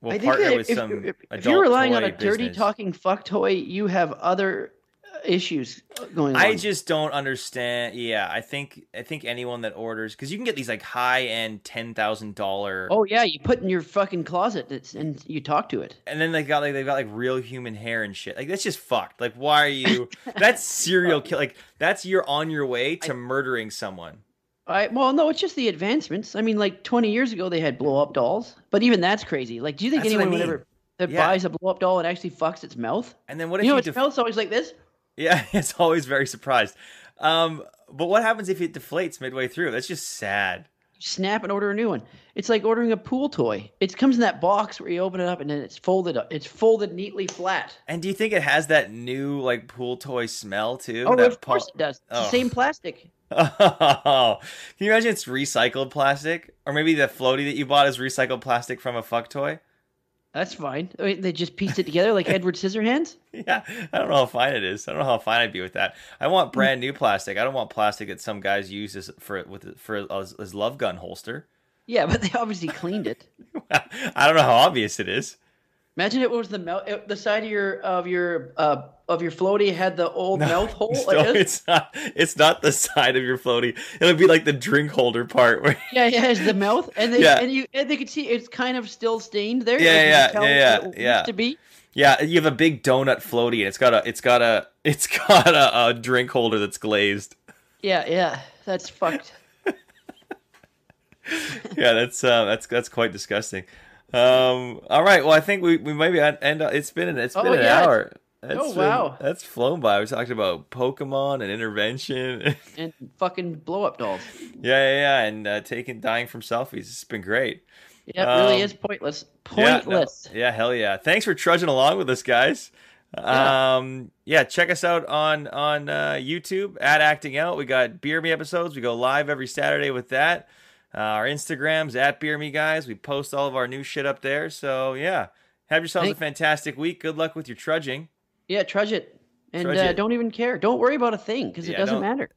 Speaker 2: We'll
Speaker 1: I think
Speaker 2: partner
Speaker 1: that
Speaker 2: with
Speaker 1: if,
Speaker 2: some.
Speaker 1: if,
Speaker 2: adult
Speaker 1: if you're relying on
Speaker 2: toy
Speaker 1: a dirty
Speaker 2: business.
Speaker 1: talking fuck toy, you have other uh, issues going on.
Speaker 2: I just don't understand. Yeah, I think I think anyone that orders because you can get these like high end ten thousand dollar.
Speaker 1: Oh yeah, you put in your fucking closet that's, and you talk to it.
Speaker 2: and then they got like they've got like real human hair and shit. Like that's just fucked. Like why are you? That's serial kill. Like that's you're on your way to murdering someone.
Speaker 1: I well, no, it's just the advancements. I mean, like 20 years ago, they had blow up dolls, but even that's crazy. Like, do you think
Speaker 2: That's what I
Speaker 1: anyone would
Speaker 2: mean.
Speaker 1: ever that
Speaker 2: Yeah.
Speaker 1: buys a blow up doll and actually fucks its mouth?
Speaker 2: And then what if
Speaker 1: You
Speaker 2: you?
Speaker 1: know, its
Speaker 2: def-
Speaker 1: mouth's always like this.
Speaker 2: *laughs* yeah, it's always very surprised. Um, but what happens if it deflates midway through? That's just sad.
Speaker 1: Snap and order a new one. It's like ordering a pool toy. It comes in that box where you open it up and then it's folded up. It's folded neatly flat.
Speaker 2: And do you think it has that new like pool toy smell too?
Speaker 1: Oh,
Speaker 2: that
Speaker 1: of course
Speaker 2: pol-
Speaker 1: it does. It's the
Speaker 2: Oh.
Speaker 1: same plastic.
Speaker 2: Oh, *laughs* can you imagine it's recycled plastic, or maybe the floaty that you bought is recycled plastic from a fuck toy? *laughs*
Speaker 1: That's fine. I mean, they just pieced it together *laughs* like Edward Scissorhands.
Speaker 2: Yeah, I don't know how fine it is. I don't know how fine I'd be with that. I
Speaker 1: Hmm.
Speaker 2: want brand new plastic. I don't want plastic that some guys use as for with for his, his love gun holster. *laughs*
Speaker 1: Yeah, but they obviously cleaned it.
Speaker 2: I don't know how obvious it is.
Speaker 1: Imagine it was the mouth, it- the side of your of your uh, of your floaty had the old mouth
Speaker 2: *laughs*
Speaker 1: hole.
Speaker 2: It's
Speaker 1: like
Speaker 2: not-
Speaker 1: this.
Speaker 2: it's not. It's not the side of your floaty. It'll be like the drink holder part. Where,
Speaker 1: Yeah, yeah, it's the mouth, and they
Speaker 2: Yeah.
Speaker 1: and you and they could see it's kind of still stained there.
Speaker 2: Yeah,
Speaker 1: like you
Speaker 2: yeah,
Speaker 1: could tell
Speaker 2: yeah,
Speaker 1: what it
Speaker 2: yeah.
Speaker 1: used to be.
Speaker 2: yeah, you have a big donut floaty, and it's got a. It's got a. *laughs* It's got a, a drink holder that's glazed.
Speaker 1: Yeah, yeah, that's fucked.
Speaker 2: Yeah, that's uh, that's that's quite disgusting. Um. All right. Well, I think we we maybe end. up- It's been an it's been
Speaker 1: Oh,
Speaker 2: an
Speaker 1: yeah.
Speaker 2: hour. That's been-
Speaker 1: wow.
Speaker 2: That's flown by. We talked about Pokemon and intervention. *laughs*
Speaker 1: And fucking blow up dolls.
Speaker 2: Yeah, yeah, yeah, and uh, taking dying from selfies. It's been great.
Speaker 1: Yeah, it really
Speaker 2: Um,
Speaker 1: is pointless.
Speaker 2: Yeah, no-
Speaker 1: Pointless.
Speaker 2: Yeah, hell yeah. Thanks for trudging along with us, guys.
Speaker 1: Yeah.
Speaker 2: Um, yeah, check us out on on uh, YouTube at Acting Out. We got Beer Me episodes. We go live every Saturday with that. Uh, our Instagrams at Beer Me guys. We post all of our new shit up there. So yeah, have yourselves
Speaker 1: Thank-
Speaker 2: a fantastic week. Good luck with your trudging.
Speaker 1: Yeah, trudge it, and
Speaker 2: Trudge
Speaker 1: uh,
Speaker 2: it.
Speaker 1: don't even care. Don't worry about a thing because it
Speaker 2: Yeah,
Speaker 1: doesn't
Speaker 2: don't-
Speaker 1: matter.